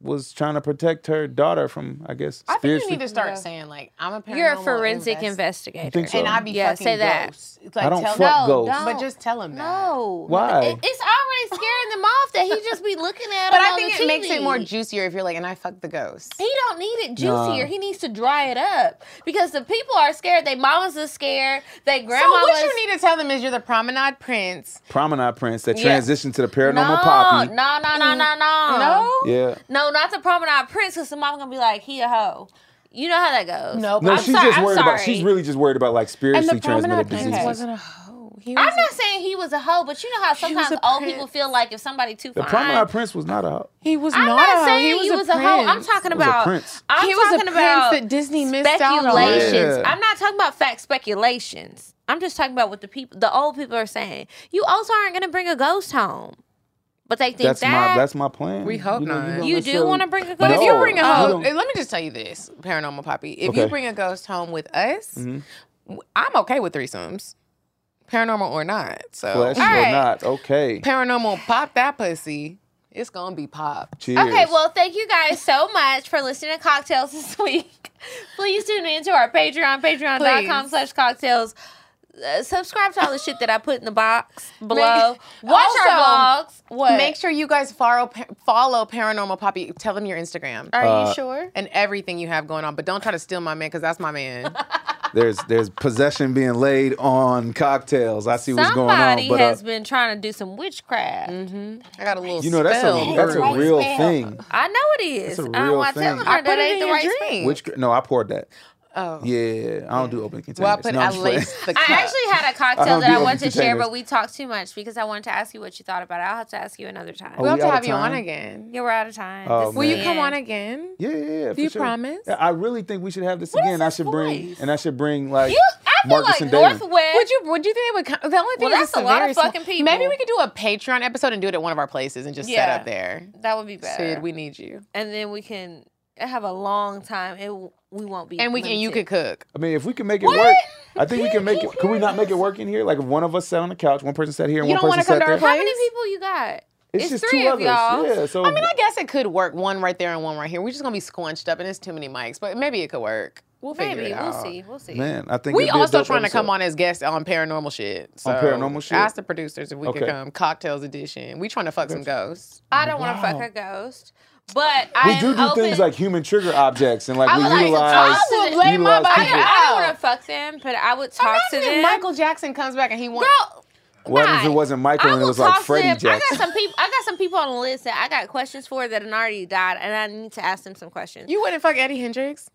was trying to protect her daughter from, I guess,
I think you
spiritually.
need to start saying like I'm a paranormal
You're a forensic
invest-
investigator.
think so.
And I be
Yeah,
fucking
say that.
ghosts. Like,
I don't
tell
fuck
no,
ghosts.
But just tell him that.
No.
Why?
It- it's already scaring them off that he just be looking at
But
them
I
on
think
the
it makes it
TV.
more juicier if you're like, and I fuck the ghost.
He don't need it juicier. He needs to dry it up because the people are scared. They mamas are scared. They
So
grandmamas.
what you need to tell them is you're the promenade prince.
Promenade Prince that
Yeah.
transitioned to the paranormal
no,
poppy.
No, no, no, no, no.
Mm. No?
Yeah.
No, not the promenade prince because the mama gonna be like, he a hoe. You know how that goes.
No,
No,
I'm
she's
sorry,
just
I'm
worried about.
sorry.
She's really just worried about
And the
like spiritually transmitted
promenade
diseases.
prince wasn't a hoe. He
I'm
was
not saying he was a hoe, but you know how sometimes
a
old
prince.
people feel like if somebody too
the
fine.
Promenade Prince was not a. hoe.
He was
I'm
not,
not,
a hoe.
saying
he was, a,
hoe. I'm
prince.
talking
was a
about.
prince.
I'm
He was a
talking
prince
about
that Disney missed out on.
speculations.
Yeah.
I'm not talking about fact speculations. I'm just talking about what the people, the old people are saying. You also aren't going to bring a ghost home, but they think
That's
that
my that's my plan.
We hope
don't-
not.
don't
you do
necessarily-
want to bring a ghost.
But if you
No,
bring a
I
hoe,
don't-
Oh, and let me just tell you this, paranormal poppy. If
Okay. Mm-hmm.
you bring a ghost home with us, w- I'm okay with threesomes, paranormal or not. So
flesh
All
or
right.
not. Okay.
paranormal, pop that pussy. It's gonna be pop.
Cheers.
Okay, well, thank you guys so much for listening to Cocktails this week. (laughs) Please tune in to our Patreon, patreon.com
Please.
slash cocktails. Uh, subscribe to all the shit that I put in the box below. Watch our
Also,
vlogs. What?
Make sure you guys follow follow Paranormal Poppy. Tell them your Instagram
Are
Uh,
you sure?
and everything you have going on. But don't try to steal my man because that's my (laughs) man.
There's there's possession being laid on cocktails. I see what's going on,
Somebody
but
has
uh,
been trying to do some witchcraft.
Mm-hmm.
I got a little.
you know that's
spell.
a that's a
Right
real
spell.
thing.
I know it is.
That's a
I
real
don't want to tell
thing.
her
I
that
put it
ain't
in
the
your
right
drink.
drink.
Which no, I poured that.
Oh.
Yeah, I don't do open containers.
Well, I put
no, I'm
I
just playing. (laughs)
laced the.
I
cup.
actually had a
I don't
cocktail that
do
I wanted to
open
share,
containers.
but we talked too much because I wanted to ask you what you thought about it. I'll have to ask you another time.
Oh,
We'll have
out
to
of
have you on
time?
again.
yeah, we're out of time.
Oh,
This is
Will you
the
come on
end.
again?
Yeah, yeah, yeah.
Do you promise?
I really think we should have this again. I
this
should bring
voice?
and I should bring like
You, I feel
Marcus
like
and David.
Northwest.
Would you? Would you think it would? Come? The only thing
Well,
is
that's
it's
a lot of
very small-
fucking people.
Maybe we could do a Patreon episode and do it at one of our places and just
Yeah.
set up there.
That would be better.
Sid, we need you,
and then we can have a long time. It we won't be
and we can. You could
limited.
cook.
I mean, if we can make it work, I think we can make it. Could we not make it work in here? Like if one of us sat on the couch, one person sat here, and
You
one
don't
person
wanna
sat
come to our
there.
How
place?
many people you got?
It's, just
three
two
of
others.
y'all.
Yeah, so
I mean, I guess it could work. One right there and one right here. We're just gonna be squunched up, and it's too many mics. But maybe it could work. We'll figure
Maybe
it
we'll
out.
see. We'll see.
man, I think
We
it'd be a
also
dope
trying to come
episode.
on as guests on paranormal shit. So
On paranormal shit?
Ask the producers if we
Okay.
could come. Cocktails edition. We trying to fuck some ghosts.
I don't want to fuck a ghost, but I
We
am
do do
open.
things like human trigger objects, and like we
would like to
utilize.
talk to them. I would
lay my
utilize
body
I,
people.
out.
I don't want to fuck them, but I would talk to
Imagine
them.
if Michael Jackson comes back and he wants.
Girl,
What if it
Right.
wasn't Michael
I
and it
will
was like
talk to
Freddie
them. I
Jackson?
got some people. I got some people on the list that I got questions for that had already died, and I need to ask them some questions.
You wouldn't fuck Eddie Hendrix.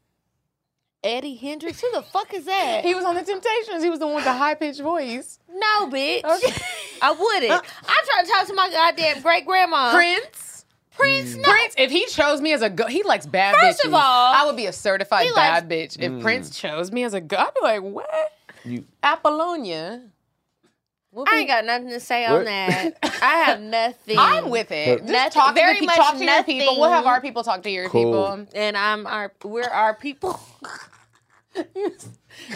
Eddie Hendrix, who the fuck is that?
He was on the Temptations. He was the one with the high pitched voice.
(laughs) no, bitch. I
(laughs)
wouldn't. I'm trying to talk to my goddamn great grandma.
Prince.
Prince, no.
Prince, if he chose me as a go, he likes bad bitches.
First of all,
I would be a certified
he
bad bitch.
Mm.
If Prince chose me as a go, I'd be like, what?
You-
Apollonia. We'll
I
be-
ain't got nothing to say
Mm. What?
on that. I
(laughs)
have nothing.
I'm with it.
But-
Just
Nothing-
talk,
very
to the, pe-
much
talk to your people. We'll have
nothing.
our people talk to your
Cool.
people. (laughs)
and I'm our. We're our people.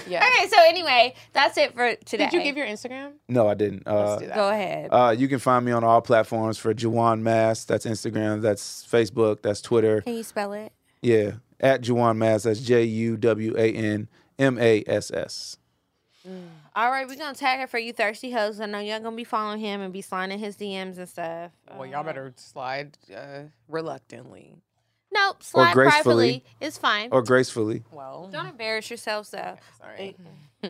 Yeah.
Okay, so anyway, that's it for today.
Did you give your Instagram?
No, I didn't. Uh,
do that.
Go ahead.
uh, you can find me on all platforms for Juwan Mass. That's Instagram. That's Facebook. That's Twitter.
Can you spell it?
Yeah, at Juwan Mass. That's J U W A N M A S S.
All right, we're gonna tag her for you thirsty hoes. I know y'all gonna be following him and be sliding his DMs and stuff.
Well, y'all better slide uh, reluctantly.
Nope, slide
gracefully.
privately. It's fine.
Or gracefully.
Well,
Don't embarrass yourselves though.
sorry.
Mm-hmm.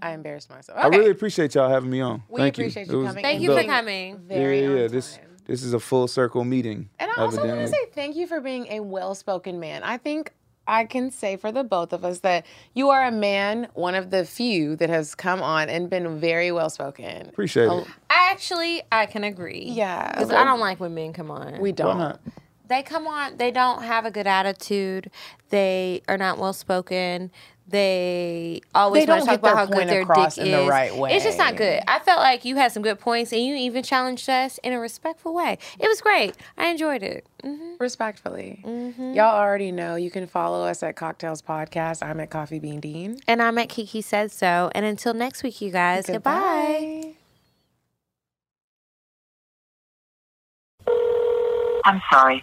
I embarrassed myself.
I
Okay.
really appreciate y'all having me on.
We
Thank
appreciate
you,
you
It was
coming.
Thank
Thank
you for
you.
dope.
coming.
Very
yeah,
on
yeah. This
time.
this is a full circle meeting.
And I also want to
evidently.
say thank you for being a well spoken man. I think I can say for the both of us that you are a man, one of the few that has come on and been very well spoken.
appreciate
Oh,
it.
Actually, I can agree.
Yeah.
because I don't like when men come on.
We
Why
don't.
not?
they come on. They don't have a good attitude. They are not well spoken. They always
They
want
don't
to
get
talk
their
about how
point
good their
across
dick
in the
is.
right
It's just
way.
not good. I felt like you had some good points, and you even challenged us in a respectful way. It was great. I enjoyed it.
Respectfully. Y'all already know you can follow us at Cocktails Podcast. I'm at Coffee Bean Dean.
And I'm at Kiki Said So. And until next week, you guys, goodbye.
I'm sorry,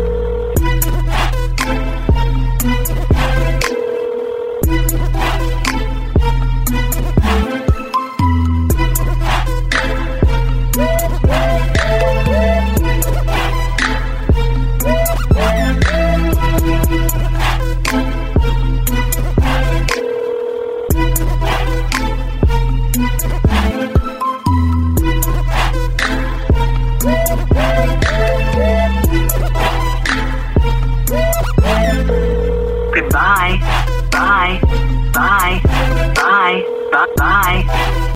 Bye. Goodbye. Bye. Bye. Bye. Bye. Bye.